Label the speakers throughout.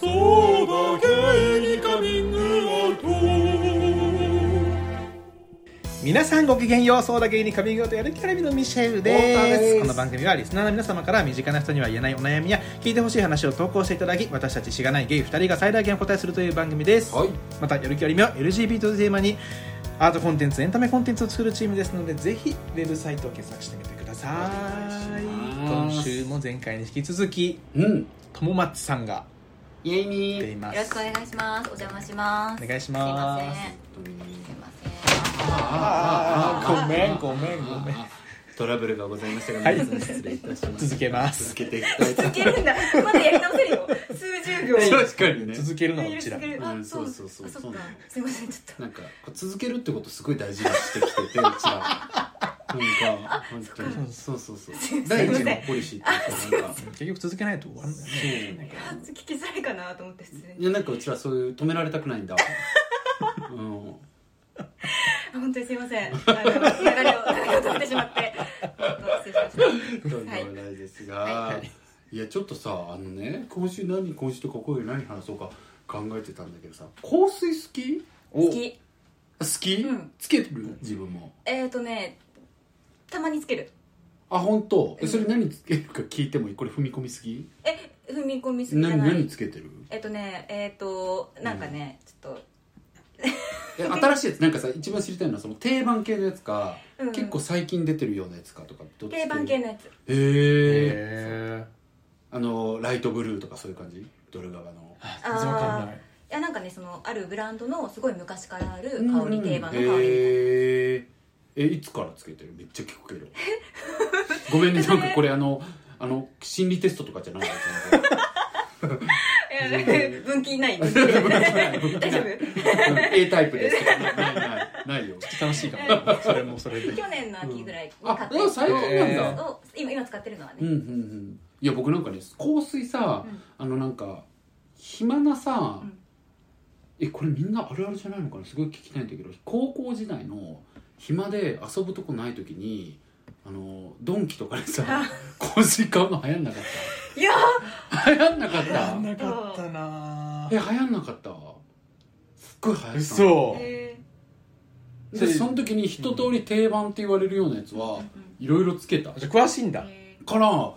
Speaker 1: そうだけにカミングアウト
Speaker 2: 皆さんごきげんようそうだ芸人カミングアウトやる気あらびのミシェルで
Speaker 1: 太田
Speaker 2: す
Speaker 1: です
Speaker 2: この番組はリスナーの皆様から身近な人には言えないお悩みや聞いてほしい話を投稿していただき私たちしがないゲイ2人が最大限お答えするという番組です、
Speaker 1: はい
Speaker 2: またやる気ありみを LGBT をテーマにアートコンテンツエンタメコンテンツを作るチームですのでぜひウェブサイトを検索してみてください
Speaker 1: お願
Speaker 2: 今
Speaker 1: いします
Speaker 2: 週も前回に引き続き
Speaker 1: うん
Speaker 2: 友松さんが
Speaker 1: イエイミ
Speaker 2: 来てい
Speaker 1: ー
Speaker 2: ま
Speaker 3: よろし
Speaker 2: す
Speaker 3: くお願いします。お邪魔します。
Speaker 2: お願いし
Speaker 3: すいま
Speaker 2: ま
Speaker 3: せ
Speaker 2: す
Speaker 3: ん。すいませ
Speaker 2: あーごめんごめんごめん
Speaker 1: トラブルがございましたが、
Speaker 2: はい
Speaker 1: 皆さん失礼いたします
Speaker 2: 続けます
Speaker 1: 続けていきたいと
Speaker 3: ん。いけるんだ。まだやり直せるよ。数十秒。
Speaker 1: 確かにね
Speaker 2: 続けるのはうちら
Speaker 3: 許してくれる
Speaker 1: う
Speaker 3: あ、
Speaker 1: ん
Speaker 3: そう
Speaker 1: そうそうそう
Speaker 3: あ
Speaker 1: そ
Speaker 3: そうっか
Speaker 1: なの。
Speaker 3: すいません、ちょっと。
Speaker 1: なんかこう続けるってことすごい大事にしてきててうちらなんか本当にそうそうそう
Speaker 3: ませ
Speaker 1: 第
Speaker 3: ん
Speaker 1: 一のポリシーっていうかなんか
Speaker 2: 結局続けないと終わるんだよね
Speaker 3: あ聞きづらいかなと思って普通
Speaker 1: い
Speaker 3: に。
Speaker 1: やなんかうちらそういう止められたくないんだうん
Speaker 3: あ本当にすいません。あの流れを流れを止めてしまって。本当失礼しま
Speaker 1: とんでも
Speaker 3: した。はい。
Speaker 1: ないですが、、
Speaker 3: はい
Speaker 1: やちょっとさあのね今週何今週とかこういう何話そうか考えてたんだけどさ香水好き
Speaker 2: お
Speaker 3: 好き。
Speaker 1: 好き、
Speaker 3: うん
Speaker 1: つける自分も
Speaker 3: えっとね、たまにつける。
Speaker 1: あ本当え
Speaker 3: うん
Speaker 1: それ何つけるか聞いてもいいこれ踏み込みすぎ
Speaker 3: え、踏み込みすぎじゃ
Speaker 1: 何
Speaker 3: ない
Speaker 1: 何。つけてる
Speaker 3: えっとね、えっとなんかね、ちょっと。
Speaker 1: え新しいやつなんかさ一番知りたいのはその定番系のやつか、
Speaker 3: うん
Speaker 1: 結構最近出てるようなやつかとかどっち
Speaker 3: 定番系
Speaker 1: へ
Speaker 3: のやつ
Speaker 1: え
Speaker 2: え
Speaker 1: あのライトブルーとかそういう感じドルガバの
Speaker 2: 全然わかんない
Speaker 3: いやなんかねそのあるブランドのすごい昔からある
Speaker 1: うん
Speaker 3: 香り、定番の香りみたいな、
Speaker 1: へーえいつからつけてるめっちゃ聞 くけどごめんねなんかこれあのあの心理テストとかじゃない
Speaker 3: いや分岐ない分岐大丈夫
Speaker 1: A タイプ ですとかないないないないよ
Speaker 2: 楽しいか もそれもそれで
Speaker 3: 去年の秋ぐらいに買
Speaker 1: あ
Speaker 3: って、
Speaker 1: でも最近なんだ、
Speaker 2: え
Speaker 3: を今今使ってるのはね、
Speaker 1: うんうんうんいや僕なんかね香水さ、
Speaker 3: うん
Speaker 1: あのなんか暇なさ、
Speaker 3: うん
Speaker 1: えこれみんなあるあるじゃないのかなすごい聞きたいんだけど高校時代の暇で遊ぶとこない時にあのドンキとかでさ香水買うの流行んなかっ
Speaker 3: いや
Speaker 1: た流行んなかった
Speaker 2: なかったな
Speaker 1: え流行んなかったすっごい流行ったの
Speaker 2: 嘘
Speaker 3: え
Speaker 1: でその時に一通り定番って言われるようなやつはいろいろつけた
Speaker 2: じゃあ詳しいんだ
Speaker 3: え
Speaker 1: から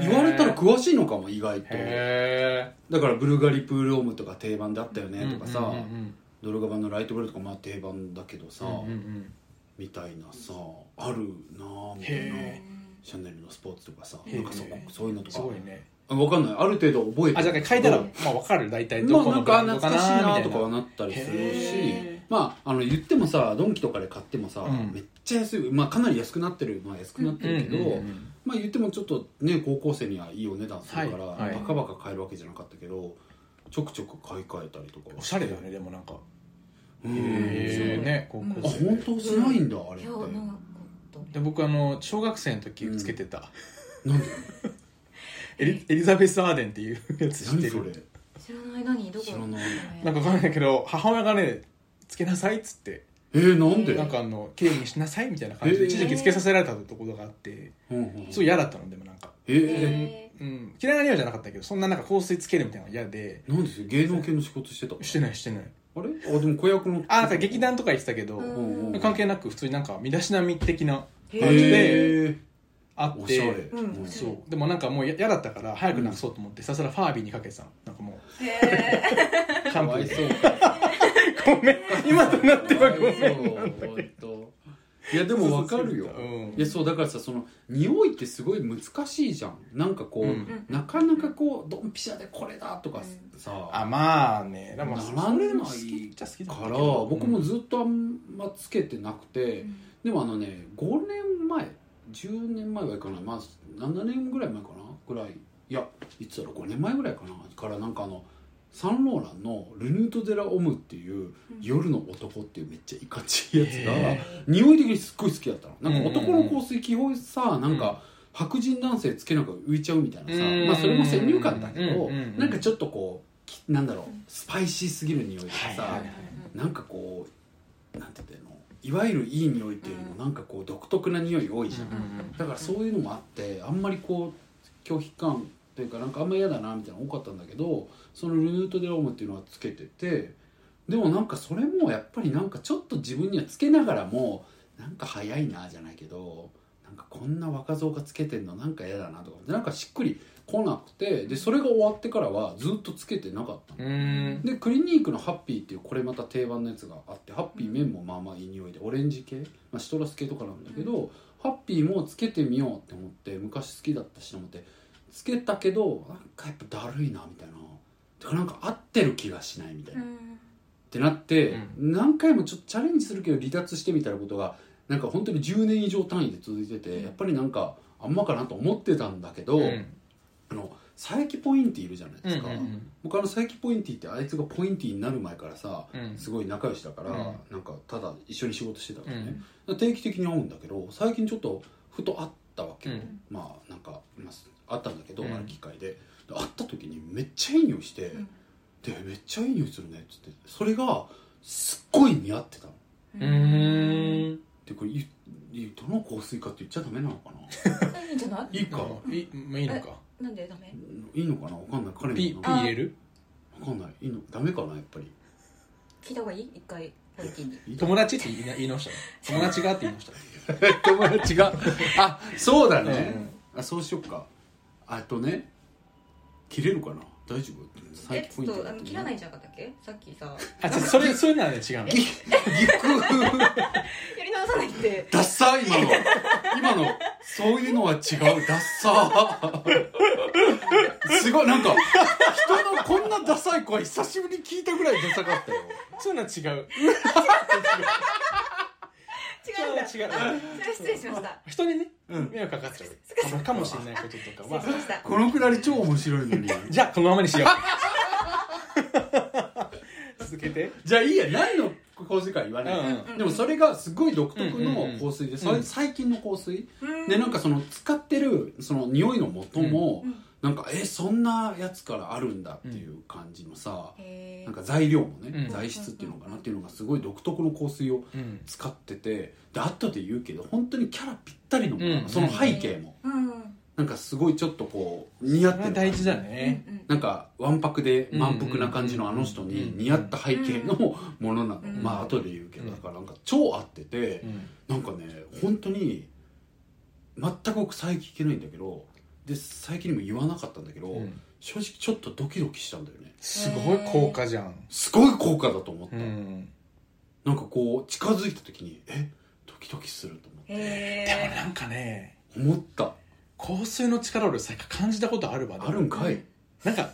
Speaker 1: 言われたら
Speaker 2: へ
Speaker 1: 詳しいのかも意外と
Speaker 2: え
Speaker 1: だからブルガリプールオムとか定番だったよねとかさ、
Speaker 2: うんうん
Speaker 1: ドルガバのライトブルーとかまあ定番だけどさ、
Speaker 2: うんうんうん
Speaker 1: みたいなさあるなあみたいな
Speaker 2: へ
Speaker 1: シャネルのスポーツとかさ
Speaker 2: へえ
Speaker 1: なんかそこそういうのと
Speaker 2: す
Speaker 1: か
Speaker 2: ごいね
Speaker 1: あわかんないある程度覚えて
Speaker 2: あじゃあ書いたらまあわかる大体
Speaker 1: ま
Speaker 2: ど
Speaker 1: あ
Speaker 2: こ
Speaker 1: な
Speaker 2: の
Speaker 1: ん
Speaker 2: ブ
Speaker 1: か
Speaker 2: ラ
Speaker 1: あ
Speaker 2: ンド
Speaker 1: 懐
Speaker 2: か
Speaker 1: かしい
Speaker 2: な
Speaker 1: な
Speaker 2: みた
Speaker 1: と
Speaker 2: い
Speaker 1: かは
Speaker 2: な
Speaker 1: なったりするし
Speaker 3: へ
Speaker 1: まああの言ってもさドンキとかで買ってもさ、
Speaker 2: うん
Speaker 1: めっちゃ安いまあかなり安くなってるまあ安くなってるけど、
Speaker 2: うんうんうん
Speaker 1: まあ言ってもちょっとね高校生にはいいお値段するから、
Speaker 2: はいはい
Speaker 1: バカバカ買えるわけじゃなかったけどちょくちょく買い替えたりとかは
Speaker 2: おしゃれだよねでもなんか
Speaker 1: うん
Speaker 2: へえね高
Speaker 1: あ
Speaker 2: 校生
Speaker 1: 本当しないんだ、あれ
Speaker 3: ー、
Speaker 1: っ
Speaker 3: い
Speaker 1: て
Speaker 3: やなんか
Speaker 2: で僕あの小学生の時つけてた
Speaker 1: なんで
Speaker 2: エリエリザベス・アーデンっていうやつ知っ
Speaker 1: 何
Speaker 2: て
Speaker 1: そ
Speaker 2: る
Speaker 1: れ
Speaker 3: 知らない何どこ
Speaker 1: 知らない
Speaker 2: なんかわかんないけど母親がねつけなさいっつって
Speaker 1: えー、なんで
Speaker 2: なんかあの綺麗にしなさいみたいな感じで
Speaker 1: へー
Speaker 2: 一時期つけさせられたところがあって
Speaker 1: うんうん
Speaker 2: すごい嫌だったのでもなんか、
Speaker 1: え
Speaker 3: え
Speaker 2: うん、嫌いな匂いじゃなかったけどそんななんか香水つけるみたいなのが嫌で
Speaker 1: ー、なんですよ芸能系の仕事してた
Speaker 2: してないしてない
Speaker 1: あれあでも子役の
Speaker 2: あなんか劇団とか行ってたけど、
Speaker 3: うん
Speaker 1: うんうん
Speaker 2: 関係なく普通になんか身だしなみ的な
Speaker 3: ー、
Speaker 2: 感じで
Speaker 1: へえ
Speaker 2: あっ
Speaker 1: おしゃれ、
Speaker 2: て
Speaker 3: うん
Speaker 1: うん
Speaker 2: そうでもなんかもう嫌だったから早くなくそうと思ってひたすらファービーにかけてたのなんかもう
Speaker 3: へえ
Speaker 2: シ
Speaker 1: か
Speaker 2: ャンプ
Speaker 1: わい
Speaker 2: ーで
Speaker 1: そうか
Speaker 2: ごめん今となってはごめん
Speaker 1: 本当いやでもわかるよ
Speaker 2: うん
Speaker 1: いやそうだからさその匂いってすごい難しいじゃんなんかこう、
Speaker 2: うん
Speaker 1: なかなかこうドンピシャでこれだとかさ、
Speaker 2: あまあねでも
Speaker 1: ならない
Speaker 2: 好きっちゃ好きだ
Speaker 1: か
Speaker 2: ったけ
Speaker 1: ら
Speaker 2: ど
Speaker 1: 僕もずっとあんまつけてなくて、でもあのね5年前10年前はいかないまあ7年ぐらい前かなぐらいいやいつだろう5年前ぐらいかなからなんかあのサンローランの「ルヌート・デラ・オム」っていう「夜の男」っていうめっちゃいかちいやつが
Speaker 2: へ
Speaker 1: 匂い的にすっごい好きだったのなんか
Speaker 2: うん
Speaker 1: 男
Speaker 2: うんうん
Speaker 1: の香水基本さなんか白人男性つけなんか浮いちゃうみたいなさ
Speaker 2: うん
Speaker 1: まあそれも先入観だけ
Speaker 2: うんう
Speaker 1: ど
Speaker 2: んうん
Speaker 1: なんかちょっとこうきなんだろう
Speaker 3: うん
Speaker 1: スパイシーすぎる匂いとか
Speaker 2: はい
Speaker 1: さ
Speaker 2: はいはい
Speaker 1: なんかこうなんて言うのいわゆるいい匂いっていうよりも
Speaker 3: うん
Speaker 1: なんかこう独特な匂い多いじゃん、
Speaker 2: うん
Speaker 1: だからそういうのもあってあんまりこう拒否感っていうかなんかあんま嫌だなみたいなの多かったんだけどそのルートデロームっていうのはつけててでもなんかそれもやっぱりなんかちょっと自分にはつけながらもなんか早いなじゃないけどなんかこんな若造がつけてんのなんか嫌だなとかでなんかしっくり来なくてでそれが終わってからはずっとつけてなかったの
Speaker 2: うん
Speaker 1: でクリニークのハッピーっていうこれまた定番のやつがあってハッピー麺もまあまあいい匂いでオレンジ系、まあ、シトラス系とかなんだけど、ハッピーもつけてみようって思って昔好きだったしと思ってつけたけどなんかやっぱだるいなみたいなてかなんか合ってる気がしないみたいな、っ
Speaker 3: ん
Speaker 1: てなって、
Speaker 2: う
Speaker 1: 何回もちょっとチャレンジするけど離脱してみたいなことがなんか本当に10年以上単位で続いててやっぱりなんかあんまかなと思ってたんだけど、
Speaker 2: うん
Speaker 1: あの佐伯ポインティいるじゃないですか、
Speaker 2: うん
Speaker 1: 僕あの佐伯ポインティってあいつがポインティになる前からさ
Speaker 2: うん
Speaker 1: すごい仲良しだから、
Speaker 2: うん
Speaker 1: なんかただ一緒に仕事してたからね、定期的に会うんだけど最近ちょっとふと会ったわけよ、
Speaker 2: うん
Speaker 1: まあなんかまあ会ったんだけど、
Speaker 2: うん
Speaker 1: ある機会でで会った時にめっちゃいい匂いして、
Speaker 3: うん
Speaker 1: でめっちゃいい匂いするねっつってそれがすっごい似合ってたの
Speaker 2: うんうん
Speaker 1: でこれいいどの香水かって言っちゃダメなのかな
Speaker 3: いいんじゃない
Speaker 1: いいか、
Speaker 2: いいまあいいのか
Speaker 3: なんでダメ
Speaker 1: いいのかなわかんない彼
Speaker 2: ピ
Speaker 1: の
Speaker 2: ピ
Speaker 1: なわ
Speaker 2: 入れる
Speaker 1: かんないいいのダメかなやっぱり
Speaker 3: 聞いた方がいい一回ポイティに
Speaker 1: いい
Speaker 2: 友達って言いな言い直したの友達がって言い直したの
Speaker 1: 友達があそうだね
Speaker 2: うん、
Speaker 1: あそうしよっかあとね切れるかな大丈夫
Speaker 3: え
Speaker 1: 最近ポ
Speaker 3: ちょっ
Speaker 1: イント
Speaker 3: とあの切らないいんじゃなかったっけさっきさ
Speaker 2: あちょそれそういうのはね違うの
Speaker 1: ぎく
Speaker 3: やり直さない って
Speaker 1: ダッサー今の今のそういうのは違うダッサーすごいなんか人のこんなダサい声久しぶりに聞いたぐらいダサかったよ
Speaker 2: そういうのは違うそういうのは違
Speaker 3: 違うんだ
Speaker 2: う
Speaker 3: それ失礼しました
Speaker 2: 人にね
Speaker 1: うん
Speaker 2: 迷惑かかっちゃうかもかもしれないこととかは
Speaker 3: 失礼しました
Speaker 1: このくだり超面白いのに
Speaker 2: じゃあこのままに しよう続けて
Speaker 1: じゃあいいや何の香水か言わない、
Speaker 2: うん
Speaker 3: うん
Speaker 1: でもそれがすごい独特の香水で、
Speaker 2: うんうんうん
Speaker 1: さ最近の香水、
Speaker 3: うん
Speaker 1: でなんかその使ってるその匂いの元も、
Speaker 3: うん
Speaker 1: なんかえそんなやつからあるんだっていう感じのさ、
Speaker 3: へー
Speaker 1: なんか材料もね、
Speaker 2: うん
Speaker 1: 材質っていうのかなっていうのがすごい独特の香水を
Speaker 2: うん
Speaker 1: 使っててで後で言うけど本当にキャラぴったりのもの、
Speaker 2: うん
Speaker 1: その背景も
Speaker 3: うんうん
Speaker 1: なんかすごいちょっとこう似合ってる感じ
Speaker 2: 大事だね
Speaker 3: うん
Speaker 1: なんかわんぱくで満腹な感じのあの人に似合った背景のものなの、
Speaker 3: うん
Speaker 1: まあ後で言うけど
Speaker 2: うん
Speaker 1: だからなんか超合ってて、
Speaker 2: うん
Speaker 1: なんかね本当に全く僕佐伯聞けないんだけどで佐伯にも言わなかったんだけど、
Speaker 2: うん
Speaker 1: 正直ちょっとドキドキしたんだよね
Speaker 2: すごい効果じゃん
Speaker 1: すごい効果だと思った、
Speaker 2: うん
Speaker 1: なんかこう近づいた時にえドキドキすると思って
Speaker 3: へ
Speaker 2: でも
Speaker 3: え
Speaker 2: なんかね
Speaker 1: 思った
Speaker 2: 香水の力俺さ感じたことあるわ
Speaker 1: あるんかい
Speaker 2: なんか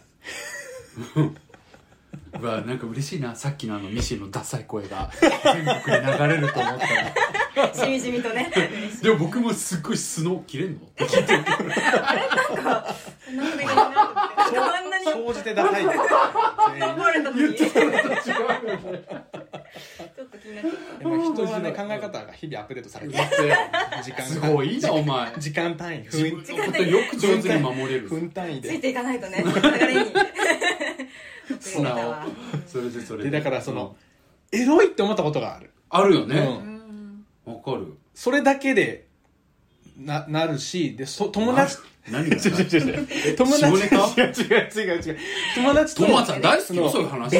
Speaker 1: うわなんか嬉しいなさっきのあのミシンのダサい声が全国に流れると思ったら
Speaker 3: しみじみと ね
Speaker 1: でも僕もすっごいスノー切れんの
Speaker 3: なんでいいなと思ってこんなに
Speaker 2: 総じてダサい
Speaker 3: 頑張れたのにちょっと気になっちゃっ
Speaker 2: でも人はね考え方が日々アップデートされてる時間が
Speaker 1: すごいなお前
Speaker 2: 時間単位
Speaker 1: 自
Speaker 2: 分
Speaker 1: 分のことよく上手に守れる
Speaker 2: 分単位
Speaker 3: たつい
Speaker 2: で
Speaker 3: ていかないと ね流れに
Speaker 1: 素直それでそれ
Speaker 2: でだからそのエロいって思ったことがある
Speaker 1: あるよね、
Speaker 2: うん
Speaker 3: うん
Speaker 1: わかる
Speaker 2: それだけでななるしでそ友達
Speaker 1: 何 が
Speaker 2: 違う違う違う友達
Speaker 1: 下ネタ
Speaker 2: 違う違う違う違う友達と
Speaker 1: トマちゃん大好きよ
Speaker 2: の
Speaker 1: そういう 話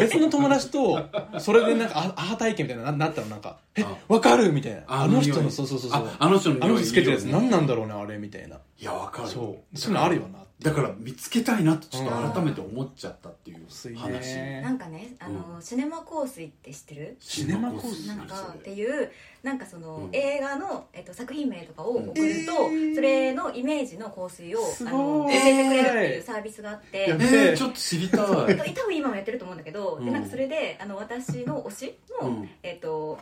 Speaker 2: 別の友達とそれでなんかあアハ体験みたいなのななったのなんか「え
Speaker 1: あ
Speaker 2: わかる?」みたいな「あの人
Speaker 1: 匂
Speaker 2: の
Speaker 1: い
Speaker 2: そうそうそうそう
Speaker 1: ああの人の
Speaker 2: あの
Speaker 1: 匂
Speaker 2: 人
Speaker 1: い
Speaker 2: つけてるやつ
Speaker 1: いいよね
Speaker 2: 何なんだろうねあれ」みたいない
Speaker 1: やわかる
Speaker 2: そうそういうのあるよな
Speaker 1: だから見つけたいなとちょっと改めて思っちゃったっていう
Speaker 2: 水
Speaker 1: 話
Speaker 3: な
Speaker 2: ね
Speaker 3: んかねあのシネマ香水って知ってる
Speaker 2: シネマコース
Speaker 3: なん
Speaker 1: 何
Speaker 3: か
Speaker 1: そ
Speaker 3: って
Speaker 1: れ
Speaker 3: いうなんかその、
Speaker 1: うん
Speaker 3: 映画の、えっと、作品名とかを送ると、
Speaker 2: うんえー
Speaker 3: それのイメージの香水を
Speaker 2: す
Speaker 3: あ
Speaker 2: ごい
Speaker 3: の教えてくれるっていうサービスがあって
Speaker 2: や。
Speaker 1: えーちょっと知りた
Speaker 3: え
Speaker 1: い
Speaker 3: っ と多分今もやってると思うんだけど、
Speaker 1: う
Speaker 3: で
Speaker 1: ん
Speaker 3: なんかそれであの私の推しの、
Speaker 1: うん
Speaker 3: えっと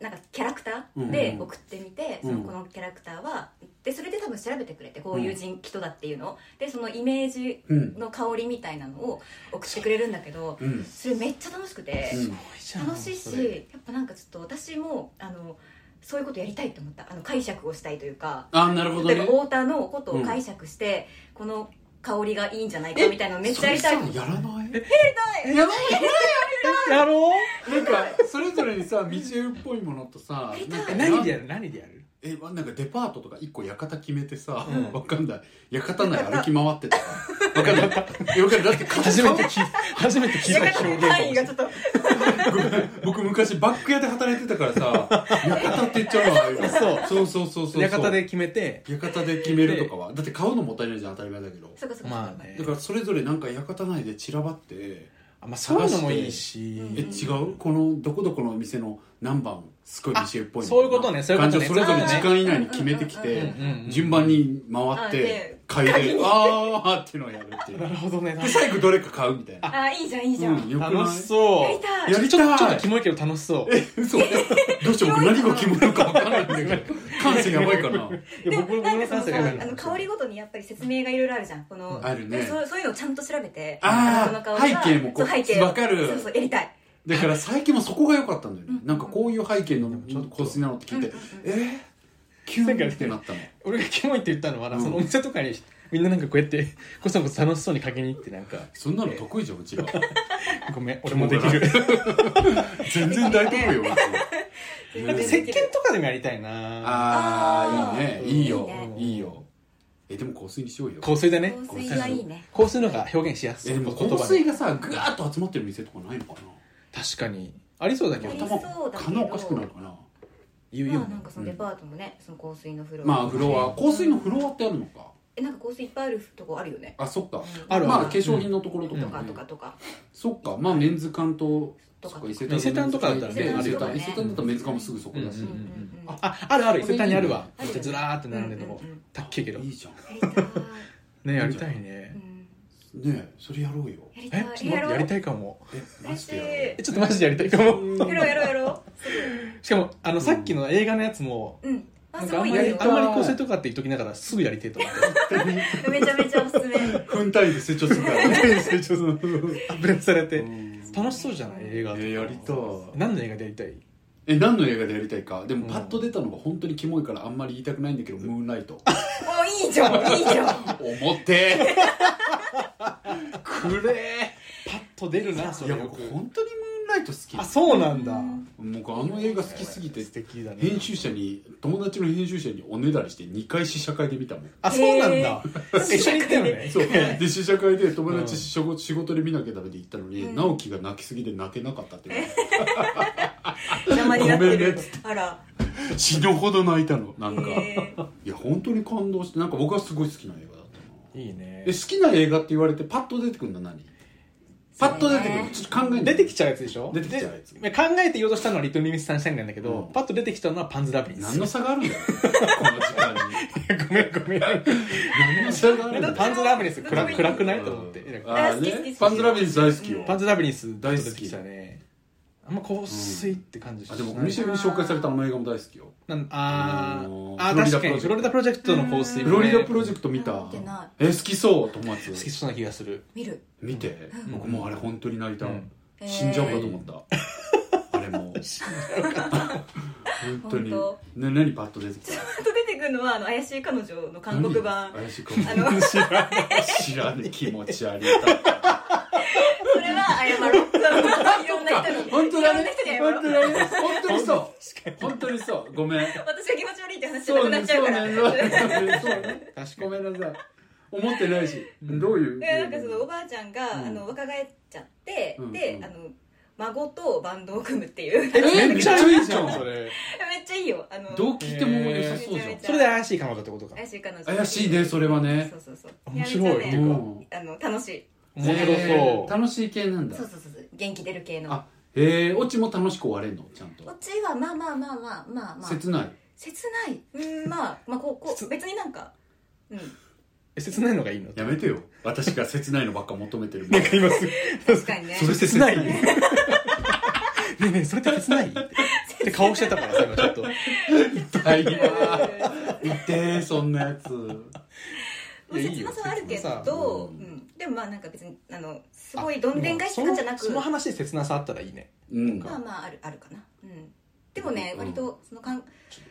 Speaker 3: なんかキャラクターで送ってみて、
Speaker 1: うん
Speaker 3: そのこのキャラクターはでそれで多分調べてくれてこういう人人だっていうのをでそのイメージ
Speaker 1: うん
Speaker 3: の香りみたいなのを送ってくれるんだけど
Speaker 1: うん
Speaker 3: それめっちゃ楽しくて、
Speaker 1: うん
Speaker 3: 楽しいし
Speaker 2: それ
Speaker 3: やっぱなんかちょっと私もあのそういうことやりたいと思ったあの解釈をしたいというか
Speaker 1: あなるほど
Speaker 3: 例えば
Speaker 1: ね
Speaker 3: 太田のことを解釈して、この香りがいいんじゃないかみたいなのめっちゃやりたい
Speaker 1: それさやらない
Speaker 3: え
Speaker 1: やば
Speaker 2: やろう
Speaker 1: いなんかそれぞれにさミシェルっぽいものとさ
Speaker 3: やりた
Speaker 1: な
Speaker 3: い
Speaker 1: んか
Speaker 2: え何でやる何でやる
Speaker 1: えまなんかデパートとか一個館決めてさ、
Speaker 2: うん
Speaker 1: わかんない館内歩き回ってたわかんないえわかんないだって
Speaker 2: 初めて聞 い初めて聞いた表現かもし
Speaker 3: 範囲
Speaker 2: れな
Speaker 3: がち
Speaker 2: い
Speaker 3: ょっと
Speaker 1: 僕昔バック屋で働いてたから さ館って言っちゃうのよそうそうそうそうそう
Speaker 2: 館で決めて
Speaker 1: 館で決めるとかはだって買うのもったいないじゃん当たり前だけど
Speaker 3: そうかそうか
Speaker 2: まあね
Speaker 1: だからそれぞれなんか館内で散らばって
Speaker 2: あまあそういうのもいいし
Speaker 1: え
Speaker 3: うん
Speaker 1: 違うこのどこどこのお店の何番すごい店っぽい
Speaker 2: あそういうことねそういうことね
Speaker 1: 感じをそれぞれ時間以内に決めてき
Speaker 3: うんうん
Speaker 1: て
Speaker 2: うんうん
Speaker 1: 順番に回っ
Speaker 3: あ
Speaker 1: て
Speaker 3: で
Speaker 1: 嗅いであーっていうのをやるっていう
Speaker 2: な
Speaker 1: で
Speaker 2: るほどね
Speaker 1: 最後どれか買うみたいな
Speaker 3: あいいじゃんいいじゃん、
Speaker 1: うんよくない
Speaker 2: 楽しそう
Speaker 3: やりたい
Speaker 1: やり
Speaker 2: ちょ
Speaker 1: た
Speaker 2: っ
Speaker 1: い
Speaker 2: とちょっとキモいけど楽しそう
Speaker 1: え嘘どうして僕何が決まるか分からないんだけど感性やばいかない
Speaker 3: で
Speaker 2: や
Speaker 3: も
Speaker 2: 僕
Speaker 3: なん
Speaker 2: の
Speaker 3: かそ
Speaker 2: 感
Speaker 3: の
Speaker 2: 性
Speaker 3: さ
Speaker 2: が
Speaker 3: あの香りごとにやっぱり説明がいろいろあるじゃんこの
Speaker 1: あるね
Speaker 3: そうそういうのをちゃんと調べて
Speaker 1: あー
Speaker 3: の香りが
Speaker 1: 背景もこう
Speaker 3: そう背景を
Speaker 1: わかる
Speaker 3: そうそうやりたい
Speaker 1: だから最近もそこが良かったんだよね
Speaker 3: うん
Speaker 1: なんかこういう背景の
Speaker 2: ちょっと
Speaker 1: 香水なのって聞いて
Speaker 3: うんうん
Speaker 1: えー急にってなったの
Speaker 2: 俺がキモいって言ったのはな、
Speaker 1: うん
Speaker 2: そのお店とかにみんななんかこうやってこそこそ楽しそうにかけに行ってなんか
Speaker 1: そんなの得意じゃんうちら
Speaker 2: ごめん俺もできる
Speaker 1: 全然大得意ようちら
Speaker 3: 全然でき
Speaker 2: 石
Speaker 3: る
Speaker 2: 鹸とかでもやりたいな
Speaker 1: ああ
Speaker 3: あ
Speaker 1: いいね
Speaker 3: ー
Speaker 1: いいよ
Speaker 2: うん
Speaker 1: いいよえでも香水にしようよ
Speaker 2: 香水だね
Speaker 3: 香水がいいね
Speaker 2: 香水の方が表現しやすい
Speaker 1: えでも
Speaker 2: 言
Speaker 1: 香
Speaker 2: 葉
Speaker 1: 水
Speaker 2: で
Speaker 1: がさぐわっと集まってる店とかないのかな
Speaker 2: 確かにありそうだけど
Speaker 3: あり
Speaker 1: 頭
Speaker 3: そうだけど
Speaker 1: 金おかしくなるかな
Speaker 2: 言うよ
Speaker 3: まあ
Speaker 2: ね
Speaker 3: なんかそのデパートもね、その香水のフロア
Speaker 1: まあフロア香水のフロアってあるのか
Speaker 3: えなんか香水いっぱいあるとこあるよね
Speaker 1: あそっか
Speaker 2: ある
Speaker 1: まあ
Speaker 2: ある
Speaker 1: 化粧品のところとかね
Speaker 3: とかとかとか
Speaker 1: そっかまあメンズ館と
Speaker 3: とか
Speaker 1: そっ伊勢
Speaker 2: 伊勢丹とかだったらね
Speaker 1: 伊勢
Speaker 3: あるよ
Speaker 1: 丹
Speaker 3: ね
Speaker 1: 伊勢丹だったらメンズ館もすぐそこだし
Speaker 2: うんうん
Speaker 3: うん
Speaker 1: あ
Speaker 2: ああるある伊勢丹にあるわ
Speaker 3: ある
Speaker 2: めっ
Speaker 3: よね
Speaker 2: ちゃずらーって並んでるとこ
Speaker 3: うんうんうん
Speaker 2: たっけえけど
Speaker 1: いいじゃん
Speaker 3: やりたい、
Speaker 2: ねやりたいね
Speaker 3: うん、
Speaker 1: ねえそれやろうよ
Speaker 3: やりた
Speaker 2: え
Speaker 3: い
Speaker 2: ちょっと待ってやりたいかも
Speaker 1: えマ
Speaker 3: 嬉
Speaker 1: ジ
Speaker 3: しい
Speaker 1: で
Speaker 2: えちょっとマジでやりたいかも
Speaker 1: やろう
Speaker 3: やろうやろうやろ
Speaker 2: しかもあのさっきの映画のやつも
Speaker 3: ううん
Speaker 2: な
Speaker 3: あ
Speaker 2: ん
Speaker 3: す
Speaker 2: かあ
Speaker 3: ご
Speaker 2: ん
Speaker 3: い
Speaker 2: ま
Speaker 3: いい
Speaker 2: り
Speaker 3: よ
Speaker 2: あんまり香水とかって言っときながらすぐやりたいと思って
Speaker 3: めちゃめちゃおすすめ
Speaker 1: 分単位で成長するから ね成長する
Speaker 2: アップデートされて
Speaker 1: うん
Speaker 2: 楽しそうじゃない映画とか
Speaker 1: えやりたい
Speaker 2: 何の映画でやりたい
Speaker 1: え何の映画でやりたいかでも
Speaker 2: うん
Speaker 1: パッと出たのが本当にキモいからあんまり言いたくないんだけど「ムーンライト」
Speaker 3: おいいじゃ んいいじゃん
Speaker 1: 思ってくれ
Speaker 2: パッと出るなそ
Speaker 1: い
Speaker 2: れ
Speaker 1: や
Speaker 2: よ
Speaker 1: 僕
Speaker 2: く
Speaker 1: 本当にムーンライト好き
Speaker 2: あそうなんだ
Speaker 3: うん
Speaker 1: 僕あの映画好きすぎて
Speaker 2: 素敵だね
Speaker 1: 編集者に友達の編集者におねだりして2回試写会で見たもん
Speaker 2: あそうなんだ一緒に行ったよね
Speaker 1: そうで試写会で友達
Speaker 2: うん
Speaker 1: 仕事仕事で見なきゃダメで行ったのに、
Speaker 3: うん
Speaker 1: 直樹が泣きすぎで泣けなかったっていう
Speaker 3: 邪魔になって
Speaker 1: ごめん
Speaker 3: る
Speaker 1: ね
Speaker 3: あら
Speaker 1: 死ぬほど泣いたのなんか、
Speaker 3: えー
Speaker 1: いや本当に感動してなんか僕はすごい好きな映画だったない
Speaker 2: いね
Speaker 1: え好きな映画って言われてパッと出てくるのは何パッと出てくる
Speaker 3: そうね
Speaker 1: ちょっと考え
Speaker 2: 出て
Speaker 1: ち
Speaker 2: きちゃうやつでしょ
Speaker 1: 出てきちゃうやつ
Speaker 2: で考えて言おうとしたのはリトルミミスサンシャインなんだけど、
Speaker 1: うん
Speaker 2: パッと出てきたのはパンズラビリンス
Speaker 1: 何の差があるんだよこの時間に
Speaker 2: ごめんごめん
Speaker 1: 何の差があるんだよ
Speaker 2: パンズラビリンス暗暗くない
Speaker 1: うん
Speaker 2: と思って
Speaker 1: あーね
Speaker 3: 大好き好き好き
Speaker 1: パンズラビリンス大好きよ、
Speaker 3: うん
Speaker 2: パンズラビリンス
Speaker 1: 大好き
Speaker 2: 出てきたねあんま香水って感じし
Speaker 1: あ
Speaker 2: ない
Speaker 1: でもミシェルに紹介されたあの映画も大好きよ
Speaker 2: なんあ
Speaker 1: あの
Speaker 2: ー
Speaker 1: ー
Speaker 2: あー確かにフ
Speaker 1: フロリ
Speaker 2: ロリダ
Speaker 1: ダ
Speaker 2: プロジェクトの香水
Speaker 1: フ
Speaker 2: もね
Speaker 1: ロリダプロジェクト見た
Speaker 3: 見てな
Speaker 1: え好きそう友達
Speaker 2: 好きそうな気がする
Speaker 3: 見る
Speaker 1: 見て僕もうあれ本当に泣いた、
Speaker 2: うん
Speaker 1: 死んじゃうかと思った、あ れもう本当に
Speaker 3: 本当
Speaker 1: ね何パッと出てきた
Speaker 3: あと出てくるのはあの怪しい彼女の韓国版
Speaker 1: 何怪しい韓国
Speaker 3: あ
Speaker 1: 版
Speaker 3: の
Speaker 2: 知らない
Speaker 1: 知らねえ気持ち悪い
Speaker 3: それは謝 ろういろんな人に
Speaker 1: 本当だね
Speaker 3: いろんな
Speaker 1: 本当
Speaker 3: 人
Speaker 1: だ
Speaker 3: に謝ろう
Speaker 1: ね本当にそう本当にそうごめん
Speaker 3: 私が気持ち悪いって話じゃな
Speaker 1: そう
Speaker 3: くなっ
Speaker 1: ね
Speaker 3: ちゃ
Speaker 1: そうう
Speaker 3: から
Speaker 1: ねそうねそうね
Speaker 2: 確か
Speaker 1: ご
Speaker 2: に
Speaker 1: めんなさい思ってないしどういう
Speaker 3: いやなんかそのおばあちゃんが、
Speaker 1: うん
Speaker 3: あの若返っちゃって、
Speaker 1: うん
Speaker 3: で
Speaker 1: うん
Speaker 3: あの孫とバンドを組 むっていうめっ
Speaker 1: え
Speaker 2: めっちゃいいじゃんそれ
Speaker 3: ちゃいいよあの
Speaker 1: どう聞いても良さそうじゃん
Speaker 3: え
Speaker 2: それで怪しい彼女ってことか
Speaker 3: 怪しい彼女
Speaker 1: 怪しいねそれはね
Speaker 3: そうそうそう
Speaker 2: 面白い
Speaker 3: やめっちゃね
Speaker 1: うん
Speaker 3: あの楽しい
Speaker 2: 面白
Speaker 1: えー
Speaker 2: そう
Speaker 1: 楽しい系なんだ
Speaker 3: そうそうそうそう元気出る系の
Speaker 1: あへえオチも楽しく終われんのちゃんと
Speaker 3: こっちはまあまあまあまあまあまあ
Speaker 1: 切ない
Speaker 3: 切ないうんまあまあこうこ
Speaker 2: 切
Speaker 3: う別になんか うん
Speaker 2: え切ないのがいいの
Speaker 1: やめてよ私が切ないのばっか求めてる
Speaker 2: なんか今すぐ
Speaker 3: 確かにね
Speaker 2: それ切ないねえねえそれって切ないって顔してたからさ今ちょっ と
Speaker 1: 痛いわ
Speaker 3: う
Speaker 1: 痛えそんなやつ
Speaker 3: ん
Speaker 2: いやいい
Speaker 3: 切
Speaker 2: よ
Speaker 3: なさはあるけ
Speaker 2: 切なさ
Speaker 3: ど、
Speaker 1: う
Speaker 3: うんん、でもまあなんか別にあのすごいどんでん返しとかじゃな
Speaker 2: そ
Speaker 3: く
Speaker 2: のその話で切なさあったらいいね
Speaker 1: うん
Speaker 3: まあまああるあるかな、うん、でもね、
Speaker 1: うん
Speaker 3: 割とそのかん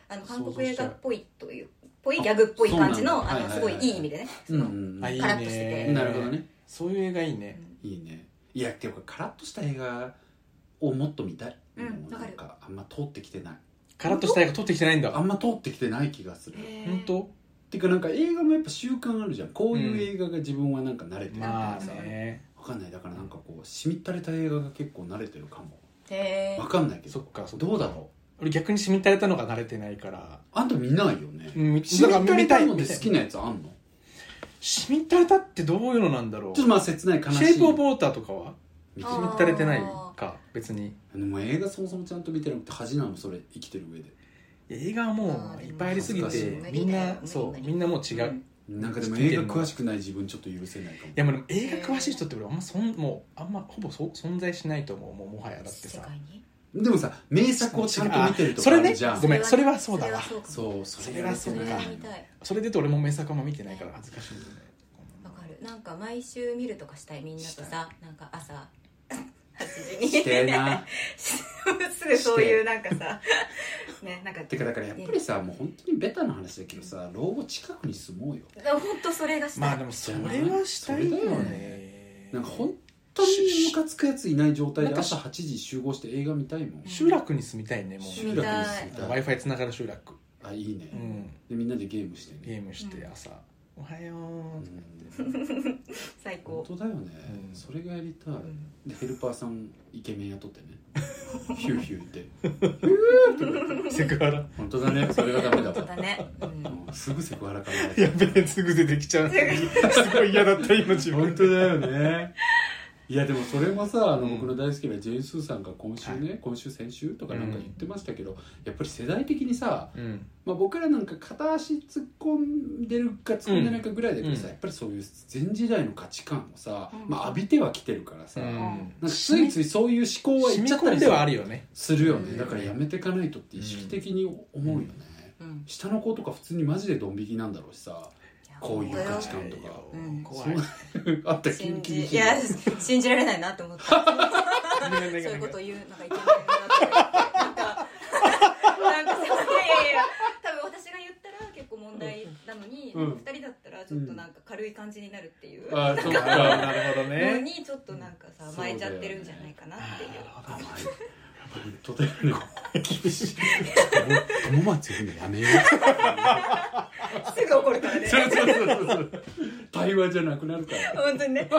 Speaker 3: あの
Speaker 2: 想像しちゃう
Speaker 3: 韓国映画っぽいというぽいギャグっぽい感じ
Speaker 1: そう
Speaker 3: の
Speaker 1: なんだ
Speaker 3: あの
Speaker 1: はい
Speaker 3: す
Speaker 1: は
Speaker 3: ご
Speaker 1: い
Speaker 3: い
Speaker 1: はい
Speaker 3: いい意味でね
Speaker 1: うんうんうん
Speaker 2: あいい
Speaker 3: カラッとして
Speaker 2: ね
Speaker 3: て
Speaker 1: なるほどね
Speaker 2: そういう映画いいね
Speaker 1: いいねいやっていうかカラッとした映画をもっと見たい
Speaker 3: うん
Speaker 1: でもなん
Speaker 3: わ
Speaker 1: かあんま通ってきてない
Speaker 2: カラッとした映画撮ってきてないん
Speaker 1: あ
Speaker 2: だ
Speaker 1: んま通ってきてない気がする、
Speaker 3: えー
Speaker 2: 本当
Speaker 1: ていうかなんか映画もやっぱ習慣あるじゃんこういう映画が自分はなんか慣れてる
Speaker 2: ま
Speaker 1: わ
Speaker 2: あね
Speaker 1: かんないだからなんかこうしみったれた映画が結構慣れてるかも
Speaker 3: え
Speaker 1: わかんないけ
Speaker 2: そ
Speaker 1: ど
Speaker 2: っかそっか
Speaker 1: どうだろう
Speaker 2: 俺逆にしみったれたのが慣れてないから
Speaker 1: あんた見ないよね、
Speaker 2: うん見
Speaker 1: しみったれたので
Speaker 2: 見
Speaker 1: 好
Speaker 2: たい
Speaker 1: きなやつあんの
Speaker 2: しみったれたってどういうのなんだろう
Speaker 1: ちょっとまあ切ない悲しい
Speaker 2: シェイプ・オブ・ウォーターとかは
Speaker 1: 見
Speaker 2: して
Speaker 3: あ
Speaker 1: る
Speaker 2: みったれてないか別に
Speaker 1: でも映画そもそもちゃんと見てなくて恥なのそれ生きてる上で
Speaker 2: 映画はもういっぱいありすぎ
Speaker 1: あーで
Speaker 2: て
Speaker 1: も
Speaker 2: みん
Speaker 3: 無理だよ
Speaker 2: な
Speaker 3: 無理
Speaker 2: そ
Speaker 3: 無
Speaker 2: う
Speaker 3: 理
Speaker 2: みんなもう違う、
Speaker 3: うん
Speaker 2: い
Speaker 1: なんかでも映画詳しくない自分ちょっと許せないかも
Speaker 2: やもう映画詳しい人って俺あんまそんもうあんまほぼそ存在しないと思うもうもはやだって
Speaker 3: 世
Speaker 2: さ
Speaker 3: 界に
Speaker 1: でもさ名作をちゃんと見てると
Speaker 2: そ
Speaker 1: かあ
Speaker 2: れ
Speaker 1: る
Speaker 2: ね
Speaker 1: じゃん
Speaker 2: ごめんそれはそうだわ
Speaker 3: それはそうかも
Speaker 1: そうそれ
Speaker 2: それはそう
Speaker 3: そ
Speaker 2: か
Speaker 3: れは
Speaker 1: ね
Speaker 3: 見たい
Speaker 2: それで言うと俺も名作あんま見てないから恥ずかしいんだよね
Speaker 3: わかるなんか毎週見るとかしたいみんなと
Speaker 2: した
Speaker 3: さなんか朝8時に
Speaker 1: してえ な
Speaker 3: すぐそういうなんかさねなんか
Speaker 1: てかだからやっぱりさもう本当にベタな話だけどさ老後近くに住もうよ
Speaker 3: 本当それがしたい、
Speaker 2: まあでもそれはしたいよ
Speaker 1: それだよ
Speaker 2: ね
Speaker 1: なんか本当にムカつくやついない状態で朝8時集合して映画見たいもん
Speaker 2: 集落に住みたいねもう
Speaker 1: 集落に住みたい
Speaker 2: w i f i つながる集落、
Speaker 1: あいいね
Speaker 2: う、ん、
Speaker 1: でみんなでゲームして
Speaker 2: ゲ
Speaker 1: ね
Speaker 2: ームして朝「おはよ
Speaker 1: う
Speaker 2: う」とか
Speaker 1: ん
Speaker 2: 言って
Speaker 3: 最
Speaker 1: 本当
Speaker 3: 高、
Speaker 1: だよね、
Speaker 2: うん
Speaker 1: それがやりたい、
Speaker 3: うん
Speaker 1: でヘルパーさんイケメン雇ってねヒューヒューって
Speaker 2: セクハラ
Speaker 1: 本当だねそれがダメだ
Speaker 3: 本当
Speaker 1: わ
Speaker 3: だね、うん
Speaker 1: うんすぐセクハラから
Speaker 2: やべえすぐ出てきちゃうすごい嫌だった今自
Speaker 1: 本
Speaker 2: 分
Speaker 1: 当だよねいやでもそれもさあの
Speaker 2: うん
Speaker 1: 僕の大好きなジェーン・スーさんが今週ね、今週先週とかなんか言ってましたけど、やっぱり世代的にさ、
Speaker 2: うん
Speaker 1: まあ、僕らなんか片足突っ込んでるか突っ込んでないかぐらいだけどさ、
Speaker 2: うん
Speaker 1: やっぱりそういう前時代の価値観をさ、
Speaker 3: うん
Speaker 1: まあ、浴びてはきてるからさ、
Speaker 2: う
Speaker 1: なんか
Speaker 2: ん
Speaker 1: ついついそういう思考はい
Speaker 2: 染
Speaker 1: っ
Speaker 2: み
Speaker 1: ちゃった
Speaker 2: 込ん
Speaker 1: り
Speaker 2: ではあ
Speaker 1: さ
Speaker 2: るよね
Speaker 1: するよ
Speaker 3: う
Speaker 1: ね
Speaker 3: ん
Speaker 1: だからやめてかないとって意識的に思うよね、
Speaker 3: うん
Speaker 1: 下の子とか普通にマジでドン引きなんだろうしさこういう価値観とか
Speaker 3: うん
Speaker 2: 怖い
Speaker 1: あったらキン
Speaker 3: 信
Speaker 1: キンに
Speaker 3: じ
Speaker 1: 冷
Speaker 3: いや
Speaker 1: える
Speaker 3: 信じられないなと 思ってそ
Speaker 2: そ
Speaker 3: う
Speaker 2: う
Speaker 3: いうこと言うなんかいけないなってなんかなんかさいやいやいや多分私が言ったら結構問題なのに、
Speaker 1: うん
Speaker 3: 二人だったらちょっとなんか軽い感じになるっていうの
Speaker 1: あそうか
Speaker 2: なるほどね
Speaker 3: にちょっとなんかさ
Speaker 1: うん
Speaker 3: 甘えちゃってるんじゃないかなっていう
Speaker 1: 甘い本当だよね厳しい友松言うのやめよう
Speaker 3: すぐ怒るからね
Speaker 1: そうそうそうそう対話じゃなくなるから
Speaker 3: 本当にね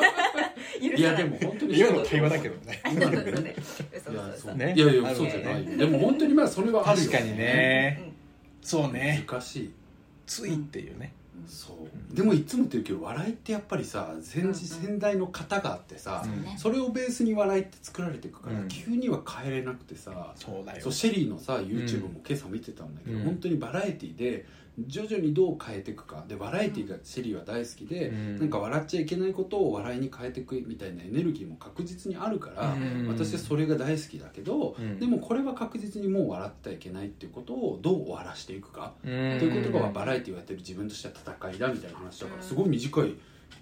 Speaker 3: 許
Speaker 1: い
Speaker 3: さ
Speaker 1: や
Speaker 3: ない
Speaker 1: でも本当に
Speaker 2: 今の対話だけどね
Speaker 3: あそうそ
Speaker 1: いやそ
Speaker 3: うね嘘嘘嘘
Speaker 1: う、
Speaker 2: ね
Speaker 1: いやいやそうじゃないよでも本当にまあそれはあるよ
Speaker 2: 確かにねそうね
Speaker 1: 難しい
Speaker 2: ついっていうね
Speaker 1: そうでもいつも言ってるけど笑いってやっぱりさ
Speaker 3: うんう
Speaker 1: 先
Speaker 3: ん
Speaker 1: 先代の型があってさ、
Speaker 2: うん
Speaker 3: ね
Speaker 1: それをベースに笑いって作られていくから、
Speaker 2: うん
Speaker 1: 急には変えれなくてさ
Speaker 2: そうだよ
Speaker 1: そうシェリーのさ YouTube も今朝見てたんだけど、
Speaker 2: うん
Speaker 1: 本当にバラエティで徐々にどう変えていくかでバラエティがシェリーは大好きで、
Speaker 2: うん
Speaker 1: なんか笑っちゃいけないことを笑いに変えていくみたいなエネルギーも確実にあるから、
Speaker 2: うん
Speaker 1: 私はそれが大好きだけど、
Speaker 2: うん
Speaker 1: でもこれは確実にもう笑ってはいけないっていうことをどう終わらしていくか
Speaker 2: と
Speaker 1: という
Speaker 2: い
Speaker 1: ことがバラエティをやってる自分としては戦いだみたいな話だからすごい短い